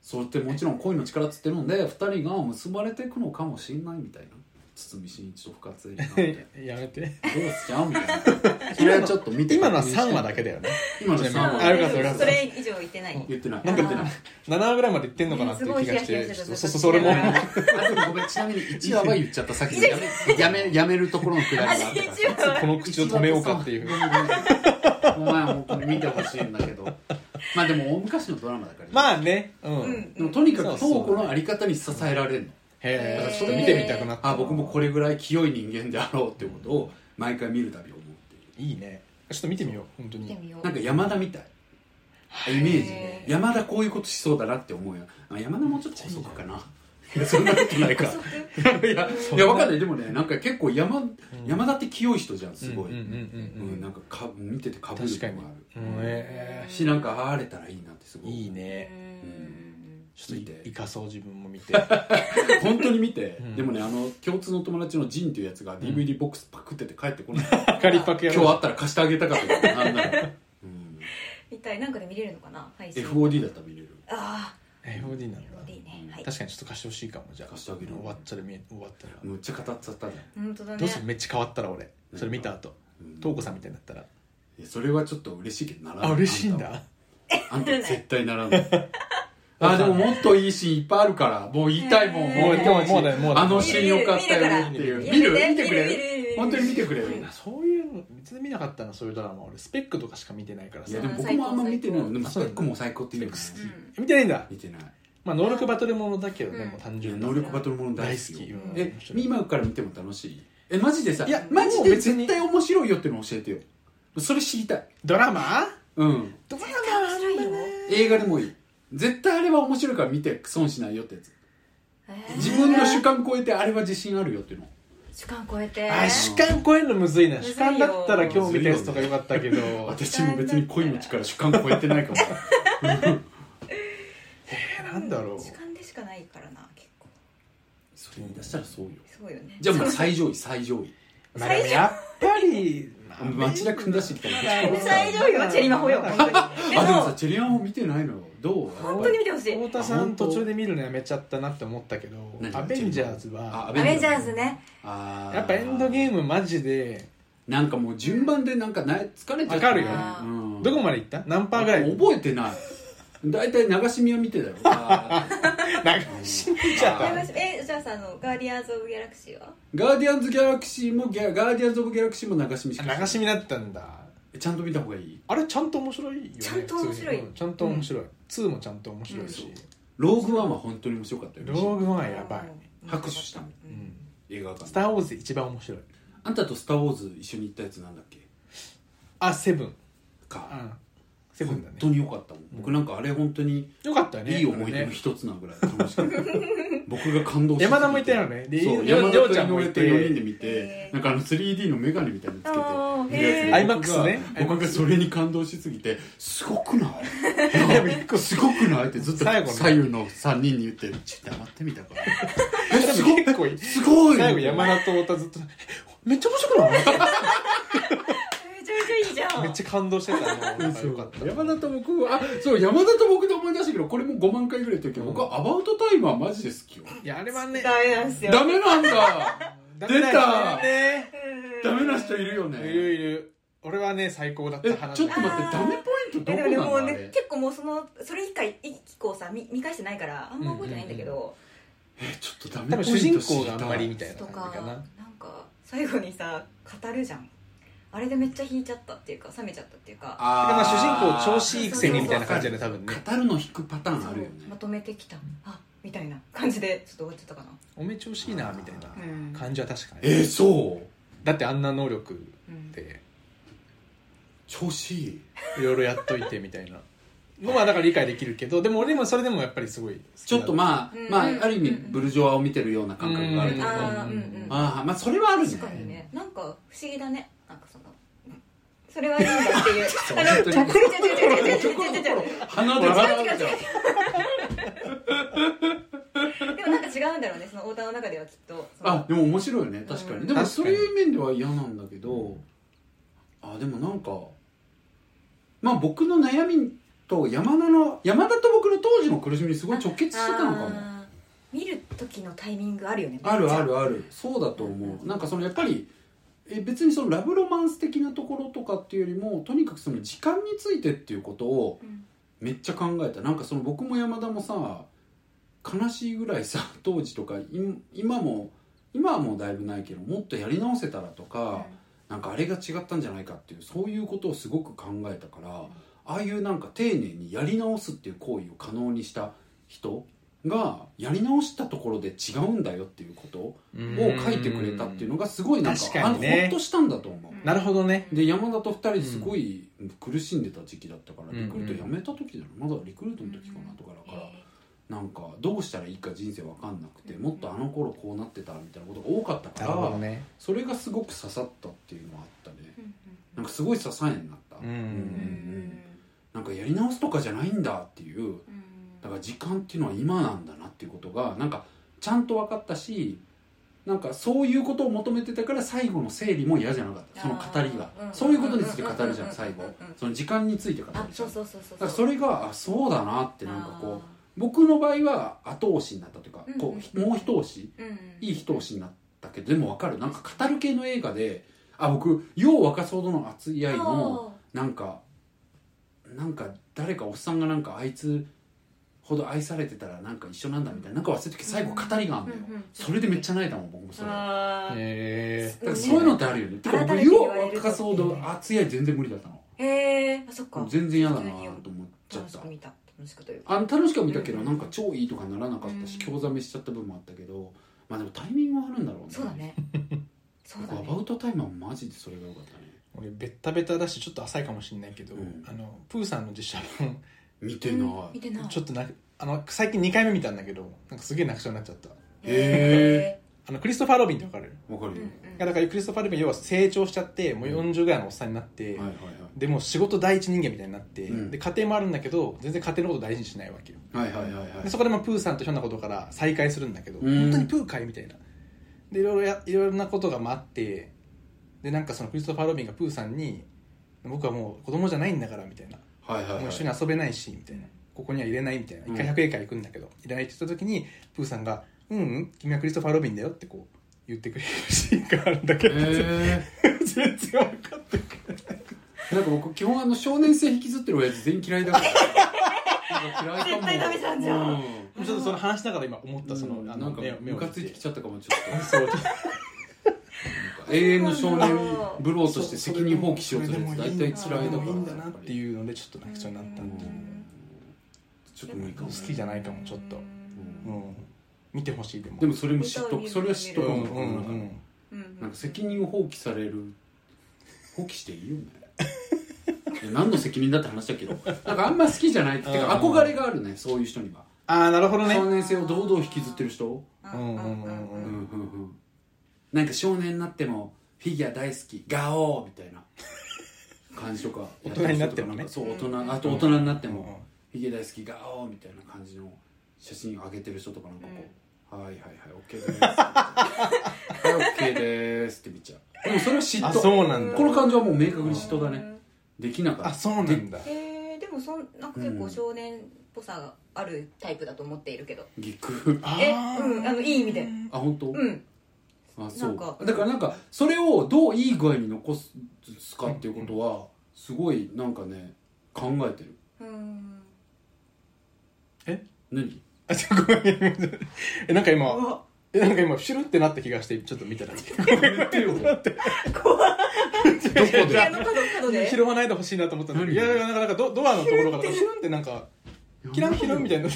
Speaker 1: それってもちろん恋の力っつってるので2人が結ばれていくのかもしんないみたいな堤真一と深津絵里奈みた い
Speaker 2: やめて
Speaker 1: などうしちゃうみたいなそれはちょっと見て
Speaker 2: 今のは
Speaker 1: 確認して
Speaker 2: 3話だけだよね
Speaker 1: 今の3
Speaker 2: あ
Speaker 1: 話
Speaker 2: よかったよかった
Speaker 3: それ以上言ってない
Speaker 1: 言ってない
Speaker 2: なん
Speaker 1: 言ってない
Speaker 2: か7話ぐらいまでいってんのかなっていう気がし
Speaker 3: すごい
Speaker 2: て
Speaker 3: ヒヤヒヤして
Speaker 2: そ
Speaker 3: た
Speaker 2: うそうそれも
Speaker 1: あでもごめんちなみに1話は言っちゃった先にや めやめやめるところのくだりがあったから
Speaker 3: 一応
Speaker 2: この口を止めようかっていう
Speaker 1: お前は本当に見てほしいんだけどまあでも大昔のドラマだからね
Speaker 2: まあねうん、
Speaker 3: うん
Speaker 1: でもとにかく
Speaker 2: そうそう
Speaker 1: 瞳子のあり方に支えられるの
Speaker 2: へ
Speaker 1: だから
Speaker 2: えち
Speaker 1: そ
Speaker 2: ょっと
Speaker 1: れ
Speaker 2: 見てみたくなった
Speaker 1: あ僕もこれぐらい清い人間であろうってことを毎回見るたび思っている
Speaker 2: いいねちょっと見てみよう本当
Speaker 3: 見て
Speaker 2: に
Speaker 3: みよう
Speaker 1: なんか山田みたいイメージね山田こういうことしそうだなって思うよあ山田もうちょっと細くかないやそんなことない かいやいやわかんないでもねなんか結構山,、山田って清い人じゃんすごい、
Speaker 2: うんうんうんうんうん
Speaker 1: うんなんかか見ててかぶる
Speaker 2: 確
Speaker 1: と
Speaker 2: か
Speaker 1: こ
Speaker 2: に
Speaker 1: がある
Speaker 2: うんえ
Speaker 1: しなんかあーれたらいいなってすご
Speaker 2: ー
Speaker 1: い
Speaker 2: いいねちょっ
Speaker 1: 見
Speaker 2: と
Speaker 1: て
Speaker 2: いかそう自分も見て
Speaker 1: 本当に見て、
Speaker 2: うん
Speaker 1: でもねあの共通の友達のジンっていうやつが DVD ボックスパクってて帰ってこない、
Speaker 2: 明りパクや
Speaker 1: 今日あったら貸してあげたかったからなんなら、うん、
Speaker 3: 一体なんかで見れるのかな配信
Speaker 1: FOD だったら見れる
Speaker 3: あ
Speaker 2: え OD な
Speaker 3: あ
Speaker 2: んだ
Speaker 3: FOD ねはい
Speaker 2: 確かにちょっと貸してほしいかもじゃあ
Speaker 1: 貸してあげる
Speaker 2: 終わったら見え終わったら
Speaker 1: むっちゃ語っちゃったじゃん
Speaker 3: 本当だね
Speaker 2: どうするめっちゃ変わったら俺それ見た後
Speaker 1: うん
Speaker 2: 瞳子さんみたいになったら
Speaker 1: いやそれはちょっと嬉しいけどならない
Speaker 2: あ嬉しいん
Speaker 1: あん
Speaker 2: だ
Speaker 1: たはあんた絶対ならないあでももっといいシーンいっぱいあるからもう言いたいもん、
Speaker 3: もう
Speaker 1: もう
Speaker 2: もうだよもうだよ
Speaker 1: あのシーンよかったよっていう見る見
Speaker 3: 見る
Speaker 1: てくれ
Speaker 3: 見る見る見
Speaker 1: る
Speaker 3: る
Speaker 1: 本当に見てくれる
Speaker 3: うん
Speaker 2: そういうの別に見なかったなそういうドラマ俺スペックとかしか見てないから
Speaker 1: い
Speaker 2: さ
Speaker 1: やでも僕もあんま見てないでもスペックも最高っていうよね
Speaker 2: ス
Speaker 3: うん
Speaker 2: 見てないんだ
Speaker 1: 見てない
Speaker 2: まあ能力バトルものだけどね
Speaker 3: うん
Speaker 2: もう単
Speaker 1: いや
Speaker 2: 純に
Speaker 1: 能力バトルもの大
Speaker 2: 大
Speaker 1: 好
Speaker 2: 好
Speaker 1: き
Speaker 2: き
Speaker 1: よ
Speaker 2: うん
Speaker 1: え
Speaker 2: 面白い
Speaker 1: 今から見ても楽しいえマジでさ
Speaker 2: いや
Speaker 1: マジ
Speaker 2: もう
Speaker 1: で
Speaker 2: 別
Speaker 1: 絶
Speaker 2: に
Speaker 1: 対面白いよっていうの教えてよそれ知りたい
Speaker 2: ドラマ
Speaker 1: うん
Speaker 2: ドラマ
Speaker 3: 面白いよ
Speaker 1: 映画でもいい絶対あれは面白いから見て損しないよってやつ
Speaker 3: えー
Speaker 1: 自分の主観超えてあれは自信あるよっていうの
Speaker 3: 主観超えて
Speaker 2: あ主観超えるのむずいな
Speaker 3: むずい
Speaker 2: 主
Speaker 3: よ
Speaker 2: 観だったら今日見たやつとかよかった けど
Speaker 1: 私も別に恋の力主観超えてないかも
Speaker 2: えなんだろう
Speaker 3: 主観でしかないからな結構
Speaker 1: それ言い出したらそうよ
Speaker 3: そうよね
Speaker 1: じゃあもう最上位最上位
Speaker 2: まあでもやっぱり
Speaker 1: 町田君出してきたら
Speaker 2: まだ
Speaker 3: 最上位はチェリマホよ本当に
Speaker 1: あでもさチェリアンも見てないのよどう
Speaker 3: 本当に見てほしい
Speaker 2: 太田さん途中で見るのやめちゃったなって思ったけど
Speaker 1: 何
Speaker 2: アベンジャーズ
Speaker 1: あ
Speaker 2: は
Speaker 3: アベンジャーズね
Speaker 1: あー
Speaker 2: やっぱエンドゲームマジで
Speaker 1: なんかもう順番でなんかな疲れちゃ
Speaker 2: わかるよ
Speaker 3: ね
Speaker 1: うん
Speaker 2: どこまでいった何パーぐらい
Speaker 1: 覚えてない大体流し見は見てた よあー
Speaker 2: 流し見ちゃっ
Speaker 1: あ
Speaker 2: た
Speaker 1: ー
Speaker 3: えじゃあさあのガーディアンズ・オブ・ギャラクシーは
Speaker 1: ガーディアンズ・ギャラクシーもギャガーディアンズ・オブ・ギャラクシーも流し見しか
Speaker 2: 流し見だったんだ
Speaker 1: ちゃんと見た方がいい
Speaker 2: あれちゃんと面白いよね
Speaker 3: ちゃんと面白い
Speaker 2: 普通にうんちゃんと面白い、2もちゃんと面白いし、
Speaker 1: ローグワンは本当に面白かったよ
Speaker 2: ローグワンやばい、
Speaker 1: 拍手した
Speaker 3: う
Speaker 1: もん
Speaker 2: うんん
Speaker 1: 映画館
Speaker 2: スター・ウォーズで一番面白い
Speaker 1: あんたと「スター・ウォーズ」一緒に行ったやつなんだっけ
Speaker 2: あセブンう
Speaker 1: か
Speaker 2: んセブンだ
Speaker 1: 本
Speaker 2: ね
Speaker 1: 当に良かったもん僕なんかあれ本当に
Speaker 2: よかったよね
Speaker 1: いい思い出の
Speaker 2: ね
Speaker 1: 一つなぐらい楽しかった僕僕が感動しすぎて
Speaker 2: 山田も行ったよねで
Speaker 1: そう
Speaker 2: りょ
Speaker 1: 山
Speaker 2: りょう
Speaker 1: 田
Speaker 2: ち
Speaker 1: と
Speaker 2: ゃんも
Speaker 1: 井
Speaker 2: 行
Speaker 1: 上
Speaker 2: って
Speaker 1: と4人で見
Speaker 3: へ
Speaker 1: て
Speaker 3: ー
Speaker 1: なんかあの 3D の眼鏡みたいにつけて
Speaker 3: あー
Speaker 1: いるやつ
Speaker 3: へ
Speaker 2: ー IMAX ね
Speaker 1: 僕が僕がそれに感動しすぎてすごくない
Speaker 2: でも一個
Speaker 1: すごくないってずっと
Speaker 2: 最後ね
Speaker 1: 左右の3人に言ってちょっと黙ってみたから え
Speaker 2: ですも
Speaker 1: ごい
Speaker 2: 結構いい
Speaker 1: すごい
Speaker 2: 最後山田と太田ずっと 「めっちゃ 面白くない?」
Speaker 3: めちゃめちゃいいじゃん
Speaker 2: めっちゃ感動してたの
Speaker 1: そう
Speaker 2: よかった
Speaker 1: 山田と僕はあそう山田と僕で思い出したけどこれも5万回ぐらい言ってるけど、
Speaker 2: うん
Speaker 1: 僕はアバウトタイムはマジで好きよ
Speaker 2: いやあれはね
Speaker 3: ダメなんですよ
Speaker 1: ダメなんだ出た
Speaker 2: ね
Speaker 3: うん
Speaker 1: ダメな人いるよ
Speaker 2: い
Speaker 1: ね
Speaker 2: るいる俺はね最高だった
Speaker 1: え
Speaker 2: 花
Speaker 1: ちょっと待っ
Speaker 2: って
Speaker 3: あー
Speaker 1: ダメポイント
Speaker 3: え
Speaker 1: どこ
Speaker 3: でもでも
Speaker 1: なんだあ
Speaker 3: ね
Speaker 1: れ
Speaker 3: 結構もうそのそれ以回一個さ見見返してないからあんま覚えてないんだけど、
Speaker 1: えちょっとダメ
Speaker 2: 多
Speaker 1: ポイ
Speaker 2: 分
Speaker 1: ント
Speaker 2: 主人公
Speaker 1: 知りた
Speaker 2: があ
Speaker 1: い
Speaker 2: んまりみたいな
Speaker 3: と
Speaker 2: 感じ
Speaker 3: か
Speaker 2: か
Speaker 3: な
Speaker 2: なん
Speaker 3: か最後にさ語るじゃんあれでめっちゃ引いちゃったっていうか冷めちゃったっていうか
Speaker 1: あ
Speaker 2: だからま
Speaker 1: ー
Speaker 2: あ主人公調子いいくせにみたいな感じだね多分ね
Speaker 1: 語るの引くパターンあるよね
Speaker 3: そうまとめてきたあみたいな感じでちょっと終わっちゃったかな
Speaker 2: おめ調子いいなみたいな
Speaker 3: うん
Speaker 2: 感じは確か
Speaker 1: え
Speaker 2: に
Speaker 1: ー、そう
Speaker 2: だってあんな能力
Speaker 3: うん
Speaker 2: で
Speaker 1: 調子いい
Speaker 2: いろいろやっといてみたいなのはだから理解できるけどでも俺もそれでもやっぱりすごい
Speaker 1: ちょっとまあ、
Speaker 3: うん
Speaker 1: まあ
Speaker 3: うん
Speaker 1: ある意味ブルジョワを見てるような感覚があるけど、
Speaker 3: うん
Speaker 1: あ
Speaker 3: ーうんうん
Speaker 1: あーまあそれはあるね
Speaker 3: 確かにねなんか不思議だねなんかそのそれはいいんだっていうあの
Speaker 1: ちょこ
Speaker 3: 違う違う違う違う違う違う違う
Speaker 1: ちょこちょこ鼻で
Speaker 3: 違う違う違う
Speaker 1: じゃん
Speaker 3: でもなんか違うんだろうねそのオーダーの中ではきっとその
Speaker 1: あでも面白いよね確かに、
Speaker 3: うん
Speaker 1: でも
Speaker 2: 確か
Speaker 1: そ
Speaker 2: に
Speaker 1: ういう面では嫌なんだけどあでもなんかまあ僕の悩みと山田の山田と僕の当時の苦しみにすごい直結してたのかも
Speaker 3: あー見る時のタイミングあるよね
Speaker 1: あるあ
Speaker 3: めっち
Speaker 1: るあるそうだと思
Speaker 3: う
Speaker 1: うんなんかそのやっぱりえ別にそのラブロマンス的なところとかっていうよりもとにかくその時間についてっていうことを
Speaker 3: ゃうん
Speaker 1: めっちゃ考えたなんかその僕も山田もさ悲しいぐらいさ 当時とかい今も今はもうだいぶないけどもっとやり直せたらと
Speaker 3: う
Speaker 1: か、
Speaker 3: ん
Speaker 1: なんかあれが違ったんじゃないかっていうそういうことをすごく考えたから、ああいうなんか丁寧にやり直すっていう行為を可能にした人がやり直したところで違うんだよっていうことを書いてくれたっていうのがすごいなんか
Speaker 2: 確かにね
Speaker 1: あのほっとしたんだと思う。
Speaker 3: うん
Speaker 2: なるほどね
Speaker 1: で山田と2人すごい苦しんでた時期だったから、リクルート辞めた時だろまだリクルートの時かなとかだから、なんかどうしたらいいか人生わかんなくて、もっとあの頃こうなってたみたいなことが多かった
Speaker 2: な
Speaker 1: か
Speaker 2: るほど
Speaker 1: ら、
Speaker 2: ね
Speaker 1: それがすごく刺さったっていうのはあったね
Speaker 3: えー
Speaker 1: なんかすごい支えになった、
Speaker 2: うん
Speaker 3: うんうん
Speaker 1: なんかやり直すとかじゃないんだっていう
Speaker 3: うん
Speaker 1: だから時間っていうのは今なんだなっていうことがなんかちゃんと分かったしなんかそういうことを求めてたから最後の整理も嫌じゃなかったその語りが
Speaker 3: あーうん
Speaker 1: そういうことについて語るじゃ
Speaker 3: うんん
Speaker 1: 最後
Speaker 3: うんうん
Speaker 1: その時間について語るじゃ
Speaker 3: あ
Speaker 1: ん
Speaker 3: そう
Speaker 1: だ
Speaker 3: そうそうそう
Speaker 1: からそれがあそうだなってなんかこう
Speaker 3: あ
Speaker 1: 僕の場合は後押しになったというか
Speaker 3: うんうん
Speaker 1: こうもう一押し
Speaker 3: ーうん
Speaker 1: いい一押しになったけどでも分かるなんか語る系の映画であ僕「よう若そう殿の熱い愛」の
Speaker 3: あー
Speaker 1: なんかなんか誰かおっさんがなんかあいつほど愛されてたらなんか一緒なんだみたいななんか忘れてたけど最後語りがあんのよ、
Speaker 3: うんうんうん
Speaker 1: それでめっちゃ泣いたもん僕もそれだ
Speaker 3: あー
Speaker 2: え
Speaker 1: からそういうのってあるよねてか
Speaker 3: 改
Speaker 1: 僕
Speaker 3: めて言
Speaker 1: よ
Speaker 3: われる
Speaker 1: う若そうど熱い愛全然無理だったの
Speaker 3: へえあそっか
Speaker 1: 全然嫌だなと思っちゃっ
Speaker 3: 楽
Speaker 1: た
Speaker 3: しく見た楽しくというか
Speaker 1: あの楽しくは見たけど
Speaker 3: うん
Speaker 1: なんか超いいとかならなかったし
Speaker 3: うん
Speaker 1: 興ざめしちゃった部分もあったけどまあでもタイミングはあるんだろうね
Speaker 3: そうだ ねそうだ
Speaker 1: 僕ア
Speaker 3: ね
Speaker 1: バウトタイマーマジでそれが良かったね
Speaker 2: 俺ベッタベタだしちょっと浅いかもしれないけど、
Speaker 1: うん
Speaker 2: あのプーさんの実写版
Speaker 1: 見てない、
Speaker 3: うん見てない
Speaker 2: ちょっとなあの最近2回目見たんだけどなんかすげえ泣きそうになっちゃった
Speaker 1: へ
Speaker 2: あのクリストファー・ロビンってわかる
Speaker 1: わか
Speaker 3: ー
Speaker 1: るよ、
Speaker 3: うんうん
Speaker 2: だからクリストファー・ロビン要は成長しちゃってもう40ぐらいのおっさんになって、
Speaker 1: はいはい
Speaker 2: でもう仕事第一人間みたいになって、
Speaker 1: うん
Speaker 2: で家庭もあるんだけど全然家庭のこと大事にしないわけよ
Speaker 1: はいはいはいはいはい
Speaker 2: でそこでまあプーさんとひょんなことから再会するんだけど、
Speaker 1: うん
Speaker 2: 本当にプーかいみたいなでいろいろやいろいろなことがまあってでなんかそのクリストファー・ロビンがプーさんに僕はもう子供じゃないんだからみたいな
Speaker 1: はいはいはい
Speaker 2: もう一緒に遊べないしみたいなここには入れないみたいな
Speaker 1: うん
Speaker 2: 一回100円会行くんだけど、入れないって言った時にプーさんが「うんうん君はクリストファー・ロビンだよ」ってこう言ってくれるシーンがあるんだけど、
Speaker 1: え
Speaker 2: 全然分かってくれない
Speaker 1: ー、なんか僕基本あの少年性引きずってる親父全員嫌いだからなんか嫌いかも
Speaker 3: 絶対ダメじゃんじゃん
Speaker 1: う
Speaker 2: ちょっとその話しながら今思ったその、
Speaker 1: うん
Speaker 2: あ
Speaker 1: な
Speaker 2: の
Speaker 1: んか
Speaker 2: 目を目
Speaker 1: ム
Speaker 2: を
Speaker 1: カ
Speaker 2: 見
Speaker 1: つい
Speaker 2: て
Speaker 1: てきちゃったかもちょっ
Speaker 2: そうちょっと
Speaker 1: と永遠の少年ブロー
Speaker 2: そ
Speaker 1: と
Speaker 2: う
Speaker 1: して責任放棄しようとするやつ大体
Speaker 3: そ
Speaker 1: 嫌
Speaker 3: れ
Speaker 1: い
Speaker 3: で
Speaker 1: だ
Speaker 3: も
Speaker 1: から
Speaker 2: いいんだなっていうのでちょっと泣きそうになったんで
Speaker 3: うん
Speaker 1: ちょっと無理かも
Speaker 2: 好きじゃないかもちょっと
Speaker 3: うん
Speaker 2: うん見てほしいでも
Speaker 1: でもそれも知っとく
Speaker 3: 見た
Speaker 1: そ
Speaker 3: い見たい
Speaker 1: れは知っ
Speaker 2: う
Speaker 1: と
Speaker 2: ん
Speaker 1: く
Speaker 2: う
Speaker 1: もん、
Speaker 2: んう
Speaker 1: なんか
Speaker 2: ん
Speaker 3: うん
Speaker 1: なんか責任を放棄される放棄していいよねいや何の責任だって話だけどなんかあんま好きじゃないっていうか
Speaker 2: うん
Speaker 1: 憧れがあるねそういう人には
Speaker 2: ああなるほどね
Speaker 1: 少年性を堂々引きずってる人
Speaker 3: あ
Speaker 2: うんうんうんうん
Speaker 1: うんうんうんなんか少年になってもフィギュア大好きガオーみたいな感じと か
Speaker 2: 大人になってもね
Speaker 1: そう大人あと大人になっても、
Speaker 2: うん
Speaker 1: フィギュア大好きガオーみたいな感じの写真上げてる人とかなんかこう「はいはいはい OK です」はい「OK です」って見ちゃうでもそれは嫉
Speaker 2: あ
Speaker 1: 妬
Speaker 2: そうなんだ
Speaker 1: この感じはもう明確に嫉妬だねできなか
Speaker 2: あ
Speaker 1: っ
Speaker 2: そうなんだ
Speaker 3: へえでもそんなんか結構少年っぽさがあるタイプだと思っているけど、
Speaker 1: たぎく
Speaker 2: あ
Speaker 3: え
Speaker 2: ー
Speaker 3: うんあのいい意味で
Speaker 1: あ本当
Speaker 3: うん
Speaker 1: あそ
Speaker 3: なんか
Speaker 1: うだからなんかそれをどういい具合に残すかっていうことはすごいなんかね考えてる
Speaker 3: うん
Speaker 1: 何
Speaker 2: あちょごめんごめんえなんか
Speaker 3: う
Speaker 2: 今
Speaker 3: わ
Speaker 2: えなんか今シュルってなった気がしてちょっと見たら
Speaker 1: 言ってよ
Speaker 3: 怖い
Speaker 1: どこ
Speaker 3: 部屋の
Speaker 1: で
Speaker 3: 角角で
Speaker 2: 拾わないでほしいなと思ったんだけどい
Speaker 1: 何
Speaker 2: やいやなんかなんかドドアのところからシュルってなんかキランキランみたいにな っ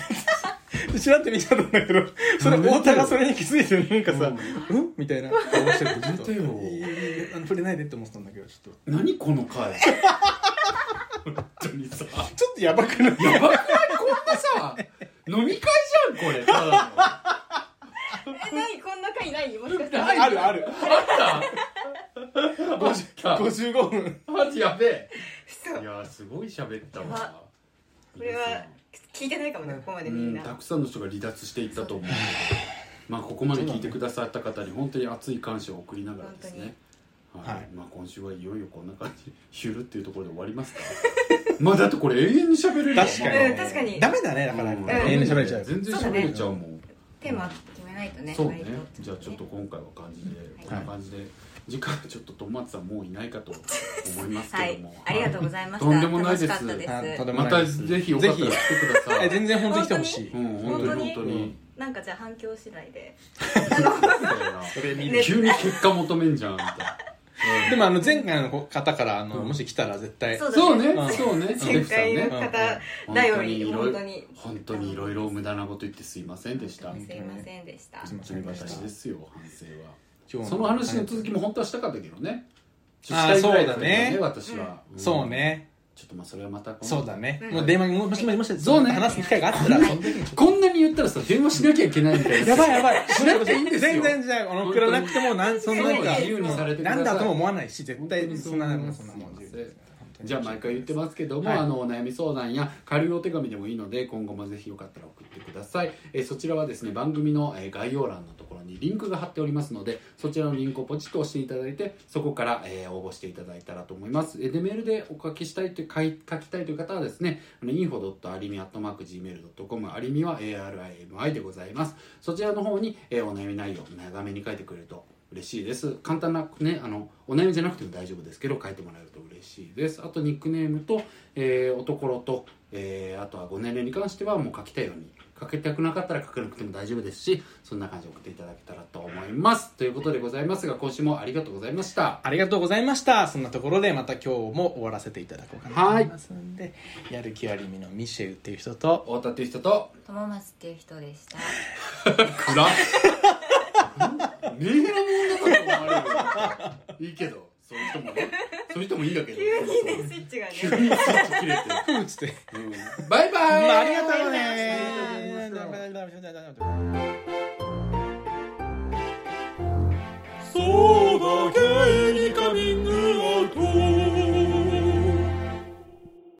Speaker 2: て知らんって見ちゃったんだけどそれ
Speaker 1: やめてよ
Speaker 2: 太田がそれに気づいてなんかさ「
Speaker 1: う
Speaker 2: うん?」みたいな顔してるとちょっと
Speaker 1: やめてよ
Speaker 2: いやいやいやあの触れないでって思ってたんだけどちょっと
Speaker 1: 何この回本当にさ
Speaker 2: ちょっとやばくない
Speaker 1: やばくないこんなさ飲み会じゃんこれただ
Speaker 3: えないこんな回ないもしかして
Speaker 1: の
Speaker 3: あ
Speaker 2: あるある
Speaker 1: のあったあった
Speaker 2: 55分
Speaker 1: マジやべえい
Speaker 3: そう
Speaker 1: やすごい喋った
Speaker 3: やば
Speaker 1: わ
Speaker 3: これは聞いてないかもねここまでみん
Speaker 1: う
Speaker 3: なん
Speaker 1: たくさんの人が離脱していったと思う まあここまで聞いてくださった方に本当に熱い感謝を送りながらですねはい、
Speaker 2: はい
Speaker 1: まあ今週はいよいよこんな感じヒュルっていうところで終わりますか まあだってこれ永遠に喋れるわ
Speaker 2: 確かに、
Speaker 1: まあ
Speaker 3: うん確かに
Speaker 2: ダメだねだから、
Speaker 1: うん
Speaker 2: 永遠に喋れちゃう
Speaker 1: 全然喋れちゃうもん
Speaker 3: テーマ決めないとね
Speaker 1: そうね
Speaker 3: 割と
Speaker 1: じゃあちょっと今回は感じで、
Speaker 3: い
Speaker 1: こんな感じで次回はちょっとトマツさんもういないかと思います
Speaker 3: は
Speaker 1: けど
Speaker 3: い
Speaker 1: も、
Speaker 3: ありがとうございました
Speaker 1: とんでもないです
Speaker 3: 楽しかったです
Speaker 2: あとんでも
Speaker 1: ま
Speaker 2: ない
Speaker 1: た
Speaker 2: です
Speaker 1: ぜひよかったら来てくださ
Speaker 2: え
Speaker 1: い
Speaker 2: 全然本当に来てほしい
Speaker 1: うん本当に本当 に
Speaker 3: なんかじゃあ反響次第で
Speaker 2: それ見る
Speaker 3: ね
Speaker 1: 急に結果求めんじゃんみたいな
Speaker 2: でもあの前回の方からあの、
Speaker 1: うん
Speaker 2: もし来たら絶対
Speaker 3: そう
Speaker 1: そう
Speaker 3: だ
Speaker 1: ねそうね
Speaker 3: 前回
Speaker 1: ね
Speaker 3: の
Speaker 2: うん
Speaker 3: 方
Speaker 1: うん
Speaker 3: 頼りに
Speaker 1: 本
Speaker 3: 本
Speaker 1: 当
Speaker 3: 当
Speaker 1: に
Speaker 3: に
Speaker 1: 本当にいろいろ無駄なこと言ってすいませんでした
Speaker 3: すいませんでした
Speaker 2: すいま
Speaker 1: そ
Speaker 2: せん
Speaker 1: れ
Speaker 2: でし
Speaker 1: 私で
Speaker 2: た
Speaker 1: すよ反省は
Speaker 2: 今日
Speaker 1: その話の続きも本当はしたかったけどね
Speaker 2: あ
Speaker 1: した
Speaker 2: ー
Speaker 1: いぐらいった
Speaker 2: そう
Speaker 1: 私は、ん
Speaker 2: そうね
Speaker 1: ちょっとまあそれはまた今度
Speaker 2: そうだね、
Speaker 3: うん
Speaker 2: もう電話にもしもしもし
Speaker 1: そうね
Speaker 2: 話す機会があったら、
Speaker 1: はいこんなに言ったらさ電話しなきゃいけないみたいな
Speaker 2: やばいやばい
Speaker 1: しなくていいんですよ
Speaker 2: 全然じゃああの送らなくてもなんそんななんか
Speaker 1: 自由にされてくださ
Speaker 2: ないんだとも思わないし絶
Speaker 1: 本当
Speaker 2: 対
Speaker 1: にそう
Speaker 2: そんなもんそんなもん
Speaker 1: すいません
Speaker 2: 自由です本当に
Speaker 1: じゃあ毎回言ってますけども、
Speaker 2: はい
Speaker 1: あのお悩み相談や軽いお手紙でもいいので今後もぜひよかったら送ってください、えーそちらはですね番組の、えー概要欄のところにリンクが貼っておりますのでそちらのリンクをポチッと押していただいてそこから、えー応募していただいたらと思います、えーでメールでお書きしたいという書い書きたいという方はですね info.arimi.gmail.com アリミは ARIMI でございますそちらの方に、えーお悩み内容長めに書いてくれると嬉しいです簡単なねあのお悩みじゃなくても大丈夫ですけど書いてもらえると嬉しいですあとニックネームと、えーおところと、えーあとはご年齢に関してはもう書きたいように書けたくなかったら書かなくても大丈夫ですしそんな感じで送っていただけたらと思いますということでございますが今週もありがとうございました
Speaker 2: ありがとうございましたそんなところでまた今日も終わらせていただこうかなと思いますんで、やる気ありみのミシェウっていう人と
Speaker 1: 太田っていう人と
Speaker 3: 友松っていう人で した
Speaker 1: 暗っメンヘラもんだと思われるよいいけどそういう人もねそういう人もいいんだけど
Speaker 3: 急にねスイッチがね
Speaker 1: 急にスイッチ切れて
Speaker 2: ふうっつって
Speaker 1: バイバイ